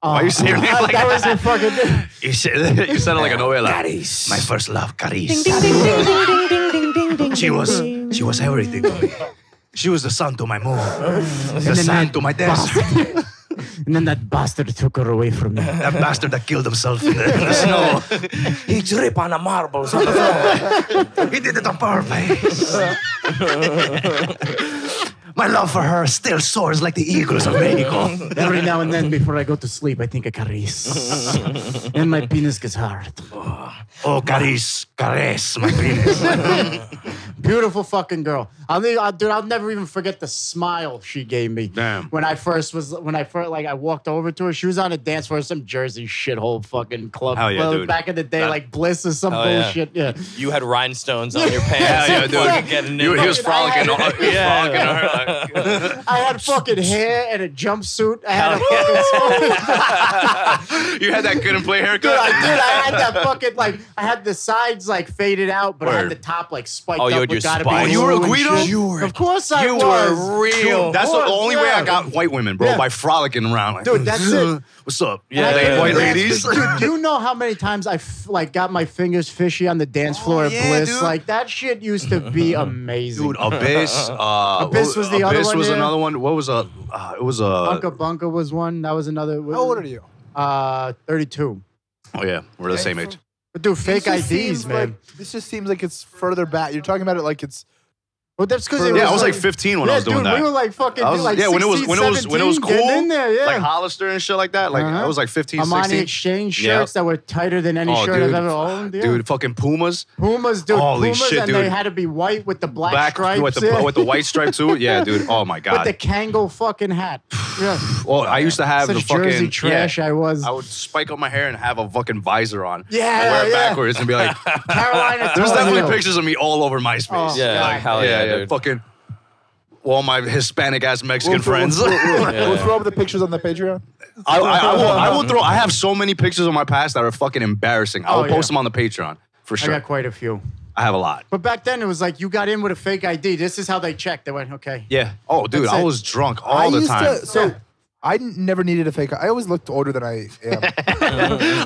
Why you saying her name like
that? was her fucking name.
[LAUGHS] You said- you sounded like a novela. Caris. My first love, Caris. She was, she was everything to me. She was the sun to my moon, the sun to my desert.
And then that bastard took her away from me.
That bastard that killed himself in the, in the snow.
He drip on the marbles.
He did it on purpose. my love for her still soars like the eagles of Mexico.
Every now and then, before I go to sleep, I think of Caris,
[LAUGHS]
and my penis gets hard.
Oh, Caris, Caris, my penis.
Beautiful fucking girl. I'll, ne- I'll dude, I'll never even forget the smile she gave me.
Damn.
When I first was, when I first like, I walked over to her. She was on a dance floor, at some Jersey shithole fucking club.
Hell yeah,
Well,
dude.
Back in the day,
That-
like Bliss or some
Hell yeah.
bullshit. Yeah.
You had rhinestones on your pants.
Hell yeah, dude.
Getting
You-
in
he was
there.
frolicking. on- he was
Yeah.
frolicking on her, like-
I had fucking hair and a jumpsuit. I had a
Hell yeah. [LAUGHS]
fucking.
you had that couldn't play haircut.
[LAUGHS] Dude, I did. I had that fucking like. I had the sides like faded out, but I
Word.
had the top like spiked
Oh,
up.
you had
with
your
gotta
spikes.
Be
You were a
blue and
Guido?
shit.
You were-
of course I
You
was.
were real. That's the
Of course,
only way
yeah.
I got white women, bro,
Yeah.
by frolicking around. Like,
Dude, that's it.
[LAUGHS] What's up?
Yeah,
Like,
yeah,
white
yeah. [LAUGHS]
ladies.
[LAUGHS] Dude, do you know how many times I f- like got my fingers fishy on the dance floor at
Oh, yeah,
Bliss?
dude.
Like that shit used to
[LAUGHS]
be amazing.
Dude, Abyss. Uh,
Abyss was the other
Abyss
one,
was
yeah.
another one. What was a? Uh, it was a.
Bunka Bunka was one. That was another.
How old are you?
Uh, thirty-two.
Oh yeah, we're the same
Hey,
age.
But dude, fake
This just
IDs,
seems
man.
like- this just seems like it's further back. You're talking about it like it's.
well, that's because
Yeah, I was like 15 when I was doing
dude,
that.
We were like fucking.
I was-
like
yeah, when it was
16,
when it was when it was
17, getting
cool,
In there, yeah.
like Hollister and shit like that. Like
Uh-huh.
I was like 15,
Armani
16.
exchange
Yep.
shirts that were tighter than any
Oh,
shirt
dude.
I've ever owned. Yeah.
Dude, fucking Pumas,
Pumas, dude,
Holy
Pumas,
shit,
and
dude.
they had to be white with the black,
black
stripes.
with the
yeah.
with the white stripe
[LAUGHS]
too. Yeah, dude. Oh my
with
god.
the Kangol fucking
[SIGHS]
hat. Yeah.
oh, I used to have
Such
the fucking
Jersey trash
Yeah,
I was.
I would spike up my hair and have a fucking visor on.
Yeah,
and wear it
yeah.
backwards and be
[LAUGHS]
like, [LAUGHS]
Carolina.
There's
Tar
definitely
Heel.
pictures of me all over MySpace.
Oh,
Yeah,
God.
hell yeah, dude.
Fucking all my Hispanic ass Mexican friends.
We'll,
I,
we'll- we'll throw up the pictures on the Patreon.
[LAUGHS] I, I will, I will throw. I have so many pictures of my past that are fucking embarrassing. I will
Oh,
post
yeah.
them on the Patreon for
I
sure. I,
got quite a few.
have a lot.
But back then it was like you got in with a fake ID. This is how they checked. They went, okay.
Yeah. Oh, dude,
That's
I
it.
was drunk
I
all the
used
time.
To, so I n- never needed a fake. I always looked older than
[LAUGHS]
I am.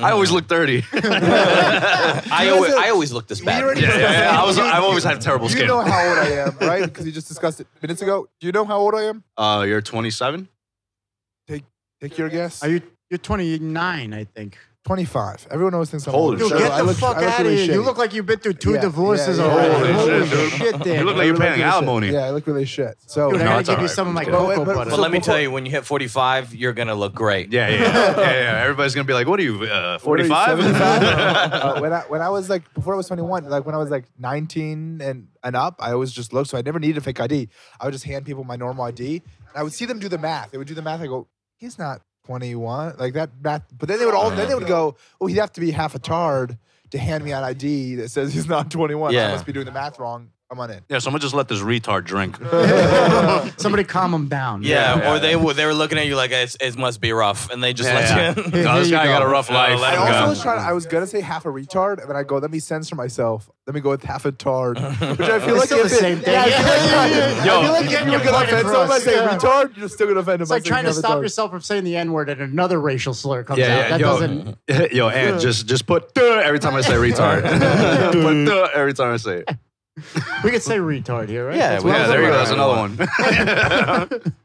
I always look
[LAUGHS]
thirty. [LAUGHS] yeah,
I always, I always look this
You
bad.
already-
yeah, yeah. I was. I've always had terrible
you
skin.
know how old I am, right? Because you just discussed it minutes ago. Do you know how old I am?
uh, you're 27.
Take your guess.
Are you you're 29, I think.
25. Everyone always thinks I'm old.
Holy shit.
Dude,
So
get the
I look-
fuck
I look
out of
really
here. You
shitty.
look like you've been through two
Yeah,
divorces
yeah, yeah,
already.
yeah. Holy
Holy
shit,
shit, Dan.
You
I
look like you're
look
paying
really shit.
alimony.
Yeah, I look really shit. So
Dude, I
No,
gotta
it's
give
all
you
right.
some of my
It's cool.
cocoa
But- but-
butter.
But let
[LAUGHS]
me tell you, when you hit 45, you're gonna look great.
Yeah, yeah, yeah, yeah, yeah. Everybody's gonna be like, "What are you? Uh, 45?" [LAUGHS]
45? Uh, when I when I was like before I was 21, like when I was like 19 and and up, I always just looked. So I never needed a fake ID. I would just hand people my normal ID, and I would see them do the math. They would do the math. I go, he's not 21, like that math. But then they would all then they would go, oh, he'd have to be half a tard to hand me an ID that says he's not 21. I
Yeah.
must be doing the math wrong. Come on in.
Yeah, someone just let this retard drink. [LAUGHS]
Somebody calm him down.
Yeah,
Yeah,
or
yeah.
they were they were looking at you like it's, it must be rough, and they just
Yeah.
let
[LAUGHS]
you.
Here-
No,
here
this
you
guy got
go.
a rough
Uh,
life.
I
let him
also
go.
was trying. I was gonna say half a retard, and then I go, let me censor myself. Let me go with half a tard, which I feel
It's
like
still
if
the
it-
same thing.
Yeah, I feel like,
[LAUGHS] Yeah, yeah, yeah.
I
Yo.
feel like if
Getting
you're
your
gonna
point
offend
across,
someone, I say
yeah.
retard, you're still gonna offend him.
It's
by
like
saying
trying to
half a
stop
tard.
yourself from saying the N word and another racial slur comes out. that
yo, [LAUGHS]
doesn't.
yo, and just just put [LAUGHS] "Duh" every time I say
[LAUGHS]
retard. put [LAUGHS] "Duh" every time I say it.
We could say retard here, right?
Yeah,
That's
we-
what
yeah,
I'm
there you go.
saying.
That's another one. [LAUGHS]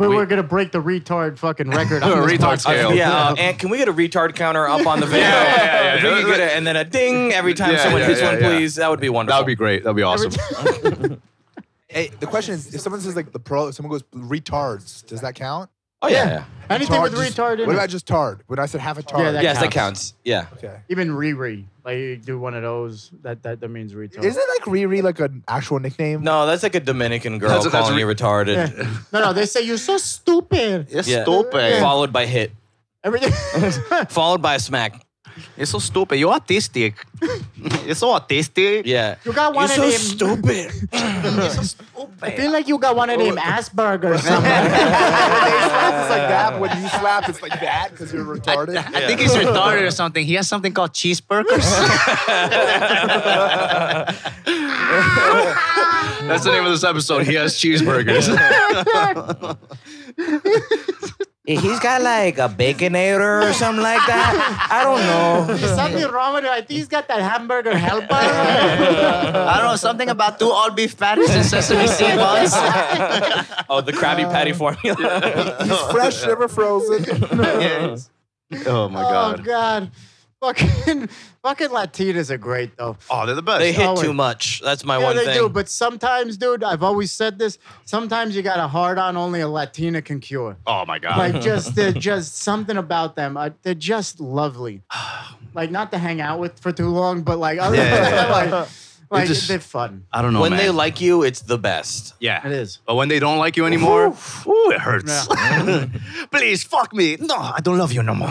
But
we-
we're gonna break the retard fucking record. on this
Retard
podcast. um,
scale.
Yeah, [LAUGHS] uh, and can we get a retard counter up on the video?
Yeah, yeah, yeah.
If we could get it, and then a ding every time
Yeah,
someone
yeah,
hits
yeah,
one,
yeah.
please. That would be
that
wonderful.
would be great. That'd be awesome.
Hey, the question is, if someone says like the pro, someone goes retards, does that count?
Oh yeah,
Anything with
Tard just-
retard in
What
it.
about just tard? When I said half a tard,
Yeah,
yeah.
that
yes, that
counts.
counts. Yeah.
okay.
Even Riri, like you do one of those. That that, that means retard.
Isn't like Riri like an actual nickname? [LAUGHS]
No, that's like a Dominican girl
That's- that's
calling
re-
you retarded,
Yeah. [LAUGHS] No, no, they say you're so stupid.
It's
Yeah.
stupid.
followed by hit,
Everything. [LAUGHS]
followed by a smack.
It's so stupid. You're autistic. [LAUGHS] It's so autistic.
Yeah.
You got one of them.
stupid.
[LAUGHS] I feel like you got one of them Asperger or something.
it's like
[LAUGHS]
that. When you slap, it's like that because you're retarded.
I think he's retarded or something. He has something called
[LAUGHS]
cheeseburgers.
[LAUGHS] That's the name of this episode. He has
[LAUGHS]
cheeseburgers.
He's got like a baconator or something like that. I don't know.
[LAUGHS]
There's something wrong with it. I think he's got that hamburger helper.
[LAUGHS] [LAUGHS] I don't know, something about two all beef patties and sesame seed
[LAUGHS]
buns.
oh, the
Uh,
Krabby Patty formula.
He's fresh, never
[LAUGHS]
frozen.
Yes. Oh my
Oh
god.
God. Fucking fucking Latinas are great though.
Oh, they're the
[LAUGHS]
best.
they hit
Always.
too much. That's my
Yeah,
one
they
thing.
do. But sometimes, dude, I've always said this. Sometimes you got a hard on only a Latina can cure.
oh my god. [LAUGHS]
Like just they're just something about them. Uh, they're just
[SIGHS]
lovely. Like not to hang out with for too long, but like other
Yeah, yeah,
than that, like, like
just-
they're fun.
I don't know.
when
Oh, man.
they like you, it's the best.
Yeah.
It is.
But when they don't like you anymore, ooh, it hurts. [LAUGHS] Please fuck me. No, I don't love you no
[LAUGHS]
more.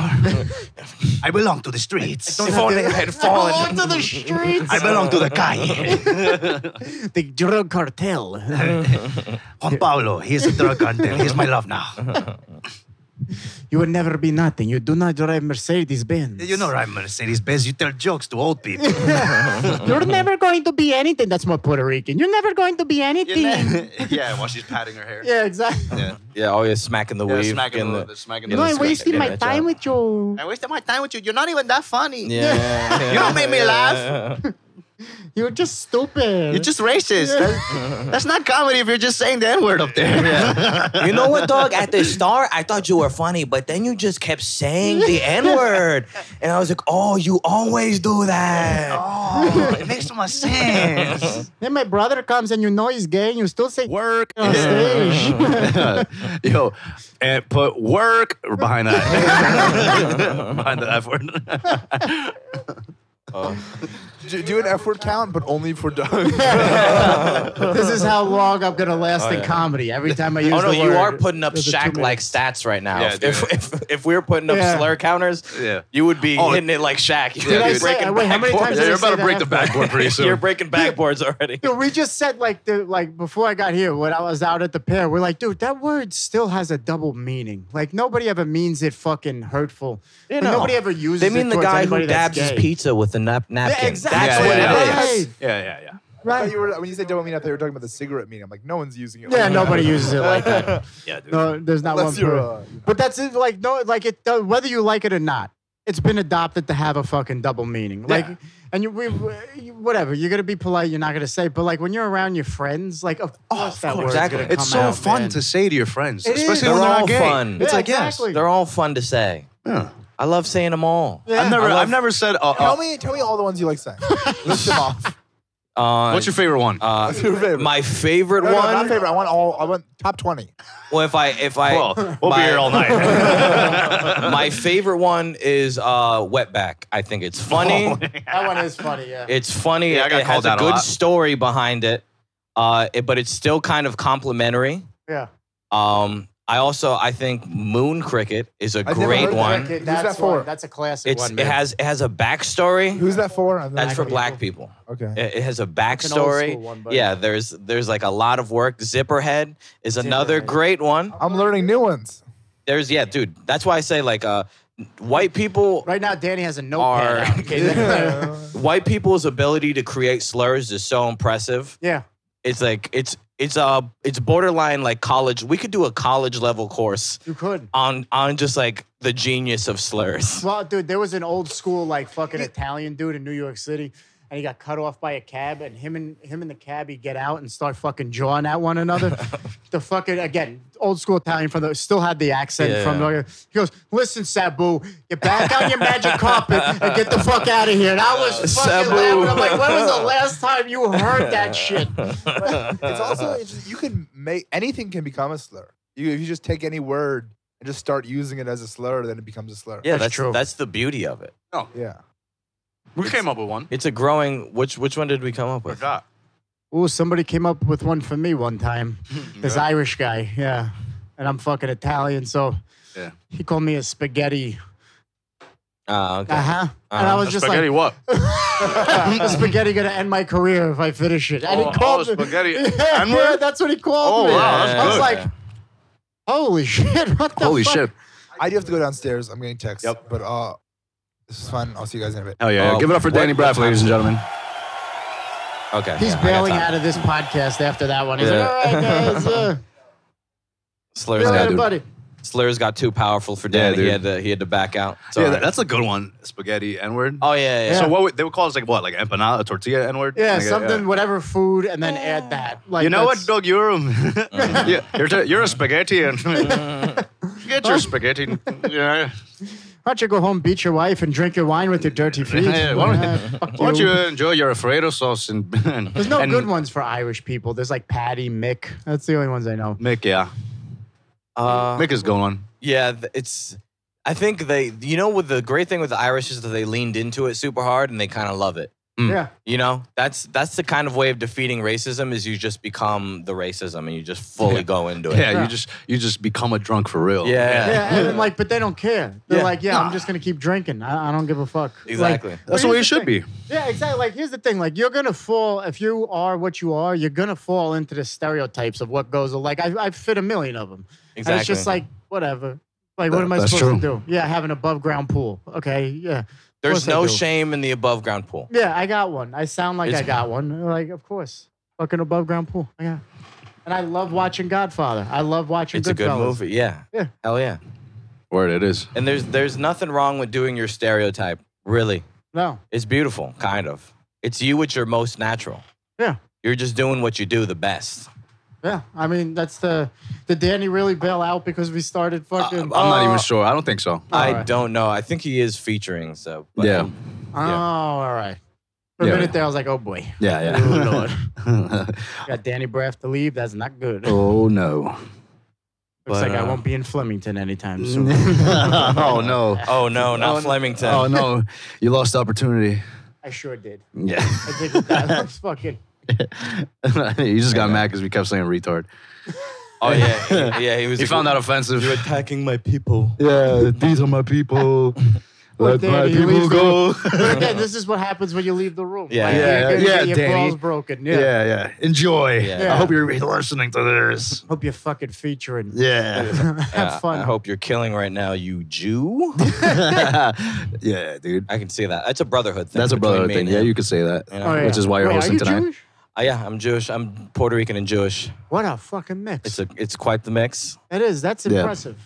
I belong to the streets.
If only I had fallen.
Go to the streets.
[LAUGHS] I belong
[LAUGHS]
to the calle.
the drug
[LAUGHS]
cartel.
Juan Pablo, he's a drug cartel. He's my love
[LAUGHS]
now.
You will never be nothing. You do not drive Mercedes Benz.
You know, right, Mercedes Benz, you tell jokes to old people.
[LAUGHS] You're never going to be anything. That's more Puerto Rican. You're never going to be anything.
[LAUGHS] yeah, while she's patting her hair.
[LAUGHS]
[LAUGHS]
yeah, exactly.
Yeah.
Yeah, always smacking the
Yeah,
weave.
smacking
getting
the, smacking the
You know, I'm
that's right.
wasting my
Yeah,
time with you.
I wasted my time with you. You're not even that funny.
Yeah. [LAUGHS]
You don't make me laugh.
You're just stupid.
You're just racist. That- that's not comedy if you're just saying the N word up there. [LAUGHS]
You know what, dog? At the start, I thought you were funny, but then you just kept saying the N word. And I was like, oh, you always do that.
Oh, it makes so much sense.
Then my brother comes and you know he's gay and you still say
[LAUGHS] Work.
on stage.
[LAUGHS]
[LAUGHS]
Yo, and put work behind [LAUGHS] that. behind the F word. [LAUGHS]
Do, do an F word count, but only for Doug.
this is how long I'm gonna last
Oh,
in
yeah.
comedy. Every time I use
Oh no,
the
you are
word,
putting up
there's a two
Shaq like
minutes.
stats right now.
Yeah,
if,
dude.
if if we were putting up
Yeah.
slur counters,
Yeah.
you would be
Oh,
hitting it like Shaq. You'd
Did
be
I say-
breaking
wait, how many
backboards.
times did
You're
I say
about to
that?
break the backboard pretty
[LAUGHS]
soon.
You're breaking backboards already.
Dude, we just said like the like before I got here when I was out at the pair, we're like, dude, that word still has a double meaning. Like nobody ever means it fucking hurtful. Like,
know,
nobody ever uses
They
it
mean the
towards
guy
anybody
who
that's
dabs his
gay.
pizza with a nap- napkin.
exactly.
That's what it
Yeah, yeah,
is.
Right.
yeah, yeah, yeah.
I thought you were, when you said double meaning, I thought you were talking about the cigarette meaning. I'm like, no one's using it. [LAUGHS]
Yeah,
like
nobody
that.
uses it like that.
[LAUGHS] Yeah, dude.
No, there's not
Unless
one.
you're,
per-
uh, you know.
But that's it. Like no, like it. does- Whether you like it or not, it's been adopted to have a fucking double meaning. Like, and you, we, you- whatever. You're gonna be polite. You're not gonna say. it, But like when you're around your friends, like of course that word's
Oh, exactly.
gonna
It's so
come out,
fun
man.
to say to your friends,
It is.
especially when
They're
they're
all
not gay.
fun.
It's
Yeah,
like yes.
exactly.
They're all fun to say.
Yeah.
I love saying them all.
Yeah.
I've never,
I love-
I've never said. Uh,
Tell
uh,
me, tell me all the ones you like
[LAUGHS]
saying. List them off.
Uh,
what's your favorite one?
[LAUGHS]
uh,
What's your favorite?
my favorite
no, no,
one?
not favorite. I want all. I want top twenty.
Well, if I if I
well, we'll
my-
be here all night. [LAUGHS]
my favorite one is uh, Wetback. I think it's
Oh,
funny.
That one is funny.
[LAUGHS]
Yeah.
It's funny.
Yeah, I got
it has
called
a
out a
good
lot.
story behind it, uh, it- but it's still kind of complimentary.
yeah.
Um, I also I think moon cricket is a
I've never heard
great
of
one.
cricket.
That's,
Who's that for?
one- that's a classic
It's
one.
it
man.
has it has a backstory.
Who's that for? I've
That's
never
for
heard of
black people.
it. Okay.
It, it has a
It's an old
backstory.
school one, but-
yeah, there's there's like a lot of work. Zipperhead is another
Zipperhead.
great one.
I'm learning new
[LAUGHS]
ones.
There's yeah, dude. That's why I say like uh, white people
Right now, Danny has a
are
notepad. out.
[LAUGHS]
[LAUGHS]
white people's ability to create slurs is so impressive.
Yeah.
It's like it's it's uh it's borderline like college. We could do a college level course
You could.
on on just like the genius of slurs.
Well, dude, there was an old school like fucking Italian dude in New York City, and he got cut off by a cab, and him and him and the cabbie get out and start fucking jawing at one another. the fucking again, old school Italian from the still had the accent
Yeah.
from the He goes, "Listen, Sabu, get back on your magic carpet and get the fuck out of here." And I was fucking
Sabu.
laughing. I'm like, when was the last time you heard
[LAUGHS]
that shit?
It's also interesting. You can make anything can become a slur. You if you just take any word and just start using it as a slur, then it becomes a slur.
yeah,
that's
that's
true.
that's the beauty of it.
Yeah.
We came up with one.
It's a growing. Which which one did we come up with?
Forgot. [LAUGHS]
Ooh, somebody came up with one for me one time. This
Yeah.
Irish guy, yeah. And I'm fucking Italian, so
Yeah.
he called me a spaghetti.
Ah, okay.
Uh huh. And I
Uh-huh.
was just
spaghetti what?
like, spaghetti gonna end my career if I finish it. And
Oh,
he called
oh,
me.
spaghetti.
[LAUGHS] Yeah,
N-word?
yeah, that's what he called
Oh,
me.
wow,
that's
I was
good.
like, holy [LAUGHS] shit, what the
Holy
fuck?
shit.
I do have to go downstairs. I'm getting text.
Yep.
But uh this is fun. I'll see you guys in a bit.
Hell yeah.
Oh,
Give it up for
what-
Danny Braff, ladies and gentlemen.
Okay.
He's
yeah, I got
bailing
time.
out of this podcast after that one. He's
Yeah.
like, all right, guys.
[LAUGHS]
Uh,
Slurs
yeah,
got
dude.
buddy.
slurs got too powerful for
Yeah,
Dan. he
dude.
had to he had to back out. It's
yeah,
alright.
that's a good one. Spaghetti N word.
Oh yeah, yeah. yeah.
So what would, they would call us like what? Like empanada, tortilla N word?
Yeah, something, whatever food, and then add that. Like,
you know what,
that's-
Doug? You're a, [LAUGHS] yeah, you're, t- you're a spaghetti. And [LAUGHS] get your spaghetti. Yeah.
Why don't you go home, beat your wife, and drink your wine with your dirty feet?
[LAUGHS] Yeah, why don't-
Uh, fuck
Why don't
you.
you enjoy your Alfredo sauce and, [LAUGHS] and
There's no
and
good ones for Irish people. There's like Patty, Mick. That's the only ones I know.
Mick, yeah,
Uh,
Mick is going on.
yeah, th- it's. I think they. You know, with the great thing with the Irish is that they leaned into it super hard and they kind of love it.
Mm.
Yeah.
You know, that's that's the kind of way of defeating racism is you just become the racism and you just fully
Yeah.
go into it.
Yeah, you just you just become a drunk for real.
Yeah.
Yeah, and then, like, but they don't care. They're
Yeah.
like, yeah, I'm just gonna keep drinking. I, I don't give a fuck. Like,
Exactly.
that's the
here's
way it should
thing.
be.
Yeah, exactly. Like, here's the thing. Like, you're gonna fall if you are what you are. You're gonna fall into the stereotypes of what goes. Like, I, I fit a million of them. And
Exactly.
it's just like whatever. Like, what
That-
am I
that's
supposed to
true.
do? Yeah, have an above ground pool. Okay. Yeah.
There's
course I
no
do.
shame in the above ground pool.
Yeah, I got one. I sound like
It's-
I got one. Like, of course, fucking above ground pool. Yeah, and I love watching Godfather. I love watching.
It's a good
Goodfellas.
movie. Yeah.
Yeah.
Hell yeah.
Word, it is.
And there's there's nothing wrong with doing your stereotype. Really.
No,
It's beautiful, kind of. It's you at your most natural.
Yeah.
You're just doing what you do the best.
yeah. I mean, that's the. Did Danny really bail out because we started fucking?
Uh,
Oh,
I'm not even sure. I don't think so.
I
right.
don't know. I think he is featuring, so but-
yeah,
Oh, all right. For a
Yeah.
minute there, I was like, oh boy, Oh,
[LAUGHS] yeah, yeah.
got Danny Braff to leave. That's not good. Looks
oh no.
like I
uh,
won't be in Flemington
[LAUGHS]
anytime soon.
[LAUGHS] oh no.
Oh no, not Flemington.
Oh no. You lost the opportunity.
I sure did.
Yeah.
I think that was fucking.
[LAUGHS] you just got mad because we kept saying retard.
Oh
[LAUGHS]
yeah, yeah. He was.
He
[LAUGHS]
found that offensive.
You're attacking my people.
[LAUGHS] Yeah, these are my people.
Let my Daddy, people leave
go.
But again, this is what happens when you leave the room.
Yeah.
you're
Yeah,
gonna
yeah,
get your
Danny.
balls broken.
[LAUGHS] yeah. yeah, Enjoy.
Yeah.
I hope you're listening to this.
Hope you're fucking featuring.
Yeah. [LAUGHS]
Have
Yeah,
fun.
I hope you're killing right now, you Jew.
yeah, dude.
[LAUGHS] I can see that. That's a brotherhood thing.
That's a
between
brother
me
thing.
and
Yeah,
him,
you could say [LAUGHS] that.
you know?
Oh, yeah.
uh, Which is why you're
Wait, are
hosting
you
tonight.
Jewish?
Uh, yeah, I'm Jewish. I'm Puerto Rican and Jewish.
What a fucking mix.
It's a, it's quite the mix.
it is. That's
Yeah.
impressive.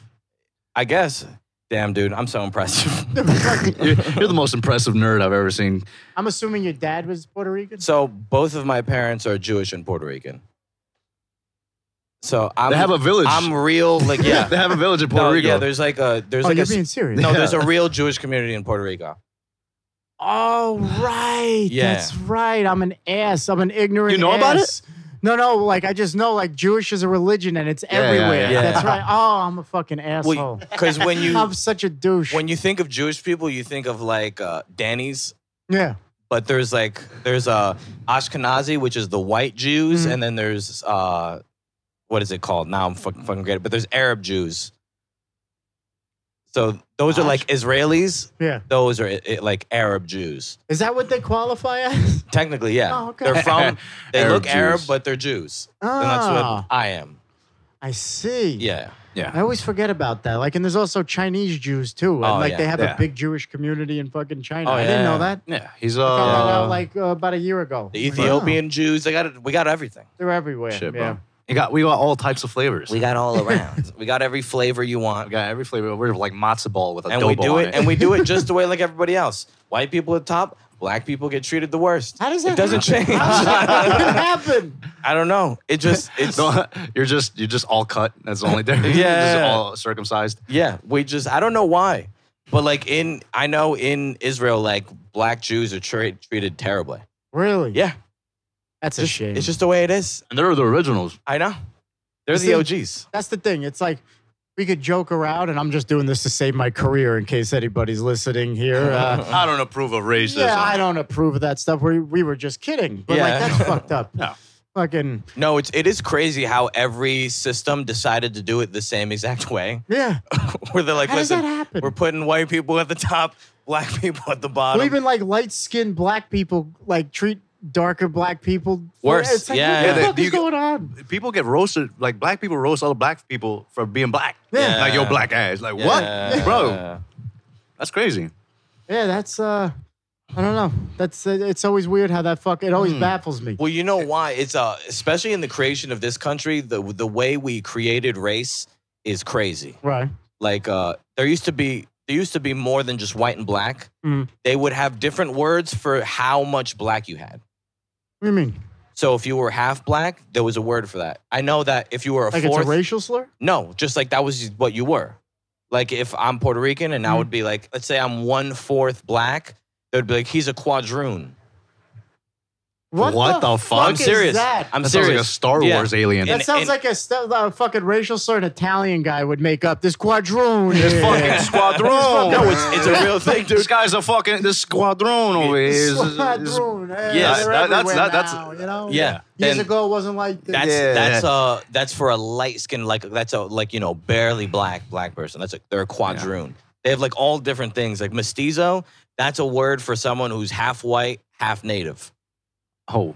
I guess. Damn, dude, I'm so [LAUGHS] impressive.
[LAUGHS] You're, you're the most impressive nerd I've ever seen.
I'm assuming your dad was Puerto Rican.
so both of my parents are Jewish and Puerto Rican. So I'm
They have a village.
I'm real, like yeah.
[LAUGHS] they have a village in Puerto
no,
Rico.
yeah. There's like a there's
oh,
like a
you're
s-
being serious. [LAUGHS]
no. There's a
[LAUGHS] Yeah.
real Jewish community in Puerto Rico.
Oh, right.
Yeah.
That's right. I'm an ass. I'm an ignorant.
You know about it?
ass. No, no. Like I just know, like Jewish is a religion and it's
yeah,
everywhere.
yeah.
That's right. Oh, I'm a fucking asshole.
Because when you
[LAUGHS] I'm such a douche.
when you think of Jewish people, you think of like uh, Danny's,
yeah.
but there's
Mm-hmm.
like there's uh, Ashkenazi, which is the white Jews, and then there's uh, what is it called? Now I'm fucking, fucking great. But there's Arab Jews. So those are like Israelis.
Yeah.
Those are i- i- like Arab Jews.
Is that what they qualify as?
Technically, yeah.
Oh, okay. [LAUGHS]
They're
[LAUGHS]
from. They
Arab
look Arab,
Jews.
but [LAUGHS] they're Jews.
Ah,
And that's what I am.
I see.
Yeah.
Yeah.
[LAUGHS]
I always forget about that. Like, and there's also Chinese Jews too. And
Oh,
like,
yeah.
they have
Yeah.
a big Jewish community in fucking China.
Oh,
I
yeah.
didn't know that.
Yeah, he's
I found that out
uh,
like uh, about a year ago.
The Ethiopian Jews. They got it. We got everything.
They're everywhere.
shit,
yeah.
bro. You got we got all types of flavors.
We got all around.
[LAUGHS] We got every flavor you
We
want.
got every flavor. We're like matzo ball with a
And we do
on
it, and we do it just the way like
[LAUGHS]
everybody else. White people at top, black people get treated the worst.
How does
it
that
doesn't change. [LAUGHS]
[LAUGHS]
I
happen?
don't know. It just
[LAUGHS]
it's
[LAUGHS] No, you're just you're just all cut. That's the
[LAUGHS]
only difference. You're just
Yeah.
all circumcised.
yeah, we just I don't know why. But like in I know in Israel like black Jews are tra- treated terribly.
Really?
Yeah.
That's a
Just-
shame.
It's just the way it is.
And they're the originals.
I know. They're
It's
the
a-
OGs.
That's the thing. It's like we could joke around, and I'm just doing this to save my career in case anybody's listening here.
[LAUGHS]
Uh,
[LAUGHS] I don't approve of racism.
yeah, I don't approve of that stuff. We we were just kidding, but
uh, Yeah.
like that's fucked
[LAUGHS]
up.
No.
Fucking
No, it's it is crazy how every system decided to do it the same exact [LAUGHS] way.
yeah.
Where they're like,
How does
listen,
that happen?
we're putting white people at the top, black [LAUGHS] people at the bottom.
Well, even like light skinned black people like treat darker black people
Worse.
It's like,
Yeah,
what the
yeah.
fuck
Do
is
you-
going on?
People get roasted. Like black people roast other black people for being black.
Yeah.
Like your black ass. Like
Yeah.
what, bro? That's crazy.
Yeah, that's uh, I don't know. That's uh, it's always weird how that fuck. It
Hmm.
always baffles me.
Well, you know why? It's uh, especially in the creation of this country, the the way we created race is crazy.
Right.
Like uh, there used to be there used to be more than just white and black.
Mm.
They would have different words for how much black you had.
What do you mean?
So if you were half black, there was a word for that. I know that if you were a
Like
fourth,
it's a racial slur?
no, just like that was what you were. Like if I'm Puerto Rican
Mm.
and I would be like, let's say I'm one fourth black, they would be like, he's a quadroon.
What the fuck?
I'm
is
serious.
that?
I'm
that sounds
serious.
like a Star
Yeah.
Wars alien.
That
And-
sounds
and-
like a, st- a fucking racial slur an Italian guy would make up. This quadroon. This
fucking squadron.
No, it's, it's a real thing, dude.
This guy's a fucking this squadron over here. is- is- is-
Squadroon. Yeah,
Yes,
they're
that- that's-
everywhere
that- that's-
now, you know?
Yeah.
Years
And-
ago, it wasn't like this.
That's
Yeah.
that's uh that's for a light skin like that's a like you know barely black black person. That's a they're a quadroon. They have like all different things like mestizo. That's a word for someone who's half white, half native.
Oh,
Wait,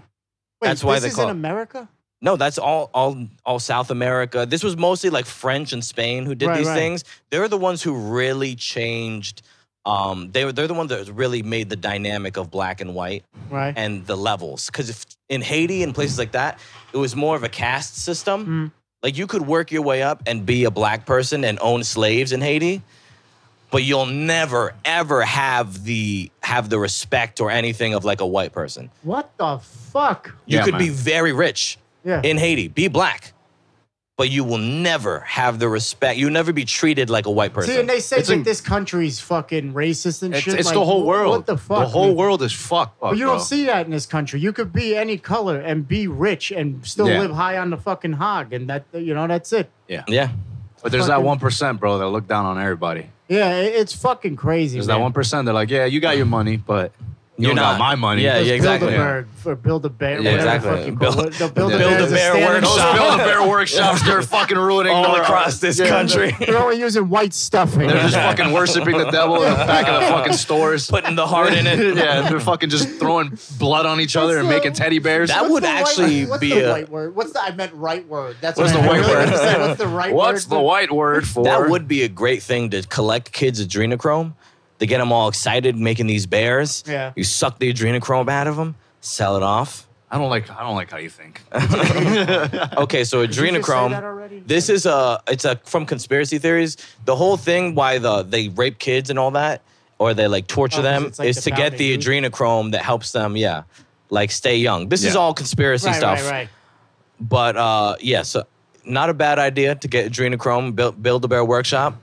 that's why
this
they
is
call
in
it-
America?
No, that's all all all South America. This was mostly like French and Spain who did
Right,
these
right.
things. They're the ones who really changed. Um, they were they're the ones that really made the dynamic of black and white
Right.
and the levels. Because if in Haiti and places like that, it was more of a caste
Hmm.
system. Like you could work your way up and be a black person and own slaves in Haiti, but you'll never ever have the have the respect or anything of like a white person.
what the fuck?
You
Yeah,
could be
man.
very rich
Yeah.
in Haiti, be black, but you will never have the respect. You'll never be treated like a white person.
See, and they say
It's
that
in-
this country's fucking racist and
it's,
shit.
it's
like,
the whole world.
What the fuck?
The whole
man?
world is fucked. up,
But you don't
bro.
see that in this country. You could be any color and be rich and still
Yeah.
live high on the fucking hog, and that you know that's it.
yeah.
But there's that
fucking-
one percent, bro, that look down on everybody.
Yeah, i- it's fucking crazy.
There's
man.
that one percent. They're like, yeah, you got your money, but you
You're
don't
not.
got my money.
Yeah,
Those
yeah, exactly.
Build-A-Bear or Build-A-Bear.
Yeah,
whatever the
exactly.
fuck you call
Build-
it.
[LAUGHS]
The Build-A-Bear
Build-A-Bear
is a standing
Those
workshop.
Build a Bear workshops,
[LAUGHS]
they're fucking ruining
All
our-
across this
uh, Yeah.
country,
[LAUGHS]
They're only using white stuffing.
They're just
[LAUGHS]
fucking worshiping the devil in the back of the fucking stores.
putting the heart in it.
[LAUGHS] yeah, they're fucking just throwing blood on each other and
That's, uh,
making teddy bears.
That would
the white-
actually
what's
be
the
a-
white word. What's the? I meant right word. That's
What's the
what I- I
white
really
word?
meant to say, [LAUGHS] What's the right
What's the
word?
white [LAUGHS] word for?
That would be a great thing to collect kids' adrenochrome to get them all excited making these bears.
Yeah.
You suck the adrenochrome out of them, sell it
[LAUGHS]
off.
I don't like. I don't like how you think.
Okay, so
Did you just say that
adrenochrome.
already?
This is a it's a from conspiracy theories. The whole thing why the they rape kids and all that or they like torture
Oh, 'cause
them
it's like
is
the
to get
founding
the
youth.
adrenochrome that helps them, yeah, like stay young. This is
Yeah.
all conspiracy
right,
stuff.
Right, right.
But uh yeah, so not a bad idea to get adrenochrome build build a bear workshop.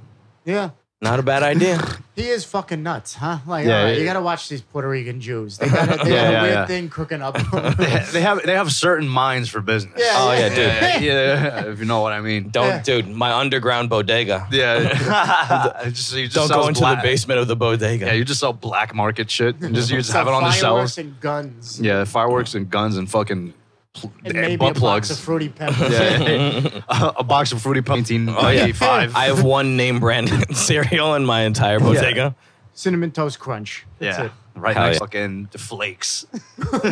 Yeah.
Not a bad idea.
He is fucking nuts, huh? Like,
Yeah,
all right,
yeah.
you gotta watch these Puerto Rican Jews. They
[LAUGHS]
got a, they
Yeah,
got a
yeah,
weird
yeah.
thing
[LAUGHS]
cooking
[LAUGHS]
up. [LAUGHS]
they have. They have certain minds for business.
Yeah,
Oh, yeah, dude.
yeah, yeah, if you know what I mean. [LAUGHS]
Don't,
Yeah.
dude. My underground bodega.
Yeah, [LAUGHS] It just, you just
Don't
sells
go into
black-
the basement of the bodega.
Yeah, you just sell black market shit. And [LAUGHS] just you just
Some
have it on the
fireworks
shelves.
and guns.
Yeah, fireworks and guns and fucking pl-
And
eh,
maybe
butt
a
plugs.
box of fruity pebbles.
[LAUGHS] yeah. [LAUGHS] a, a box of fruity pebbles. Oh yeah, five.
I have one name brand
[LAUGHS]
[LAUGHS] cereal in my entire bodega.
Cinnamon toast crunch. That's
yeah,
it.
right
Hell
next
yeah.
fucking the
[LAUGHS]
flakes. [LAUGHS]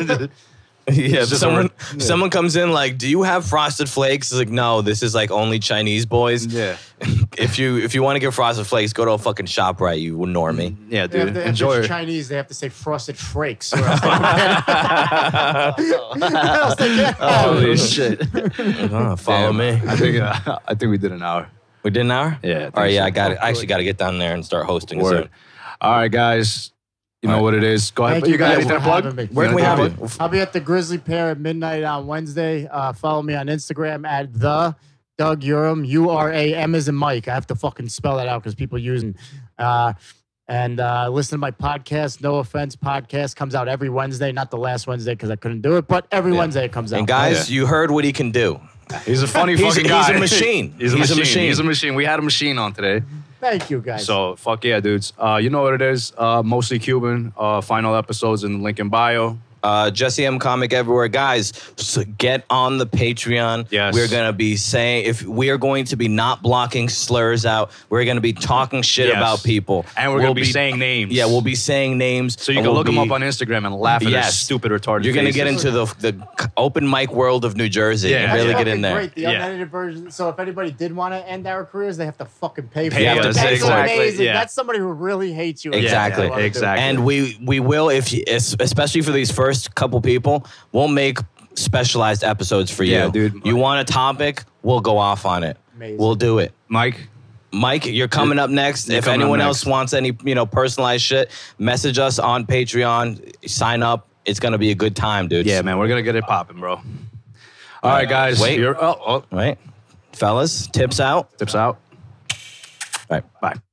Yeah,
just
someone
a-
someone comes in like, "Do you have frosted flakes?" It's like, "No, this is like only Chinese boys."
yeah,
[LAUGHS] If you if you want to get frosted flakes, go to a fucking shop right, you
[LAUGHS]
normie.
yeah,
They have
dude.
to- if
Enjoy.
it's
it.
Chinese, they have to say frosted
[LAUGHS]
flakes. [LAUGHS] Or else they
[LAUGHS]
else they can't have it. [LAUGHS]
Holy shit!
Uh, follow
Damn.
me.
I think [LAUGHS] uh, I think we did an hour.
We did an hour.
Yeah, I think
All right. Yeah,
so.
I got it. I actually got to get down there and start hosting.
Word.
soon.
All right, guys. You know what it
Uh,
is. Go ahead.
Thank you
got
guys
anything
for
to plug?
having me.
Where can we have it?
I'll be at the Grizzly Pair at midnight on Wednesday. Uh, follow me on Instagram at the Doug Uram. U R A M is in Mike. I have to fucking spell it out because people using. Uh, and uh, listen to my podcast, No Offense Podcast, comes out every Wednesday. Not the last Wednesday because I couldn't do it, but every Wednesday it comes out.
And guys, you heard what he can do.
He's a funny
He's-
fucking
he's
guy.
a machine.
he's a
He's a
machine.
machine.
He's a machine. We had a machine on today.
thank you guys.
So fuck yeah, dudes. Uh, you know what it is. Uh, mostly Cuban. Uh, final episodes in the link in bio.
Uh, Jesse M. Comic everywhere, guys. So get on the Patreon.
Yes.
we're gonna be saying if we are going to be not blocking slurs out. We're gonna be talking shit
Yes.
about people,
And we're
We'll
gonna be, saying names.
Yeah, we'll be saying names.
So you
and
can
we'll
look them
be-
up on Instagram and laugh at their
Yes.
stupid retarded.
You're gonna
faces.
get into the the open mic world of New Jersey
Yeah.
and
That's
really get
fucking
in there.
Great, the
Yeah.
unedited version. So if anybody did want to end our careers, they have to fucking pay for
Pay
it.
us,
That's
exactly,
amazing.
yeah.
That's somebody who really hates you.
Exactly,
That's what I wanna do.
exactly.
And we we will if you, es- especially for these first couple people, we'll make specialized episodes for you.
Yeah, dude.
You want a topic? We'll go off on it.
Amazing.
We'll do it.
Mike.
Mike, you're coming up next.
You're
if
coming up
anyone
next.
else wants any, you know, personalized shit, message us on Patreon. Sign up. It's gonna be a good time, dude.
Yeah, man, we're gonna get it popping, bro. All right, guys.
Wait.
You're, oh, oh,
Right, fellas. Tips out.
tips out.
All right.
Bye.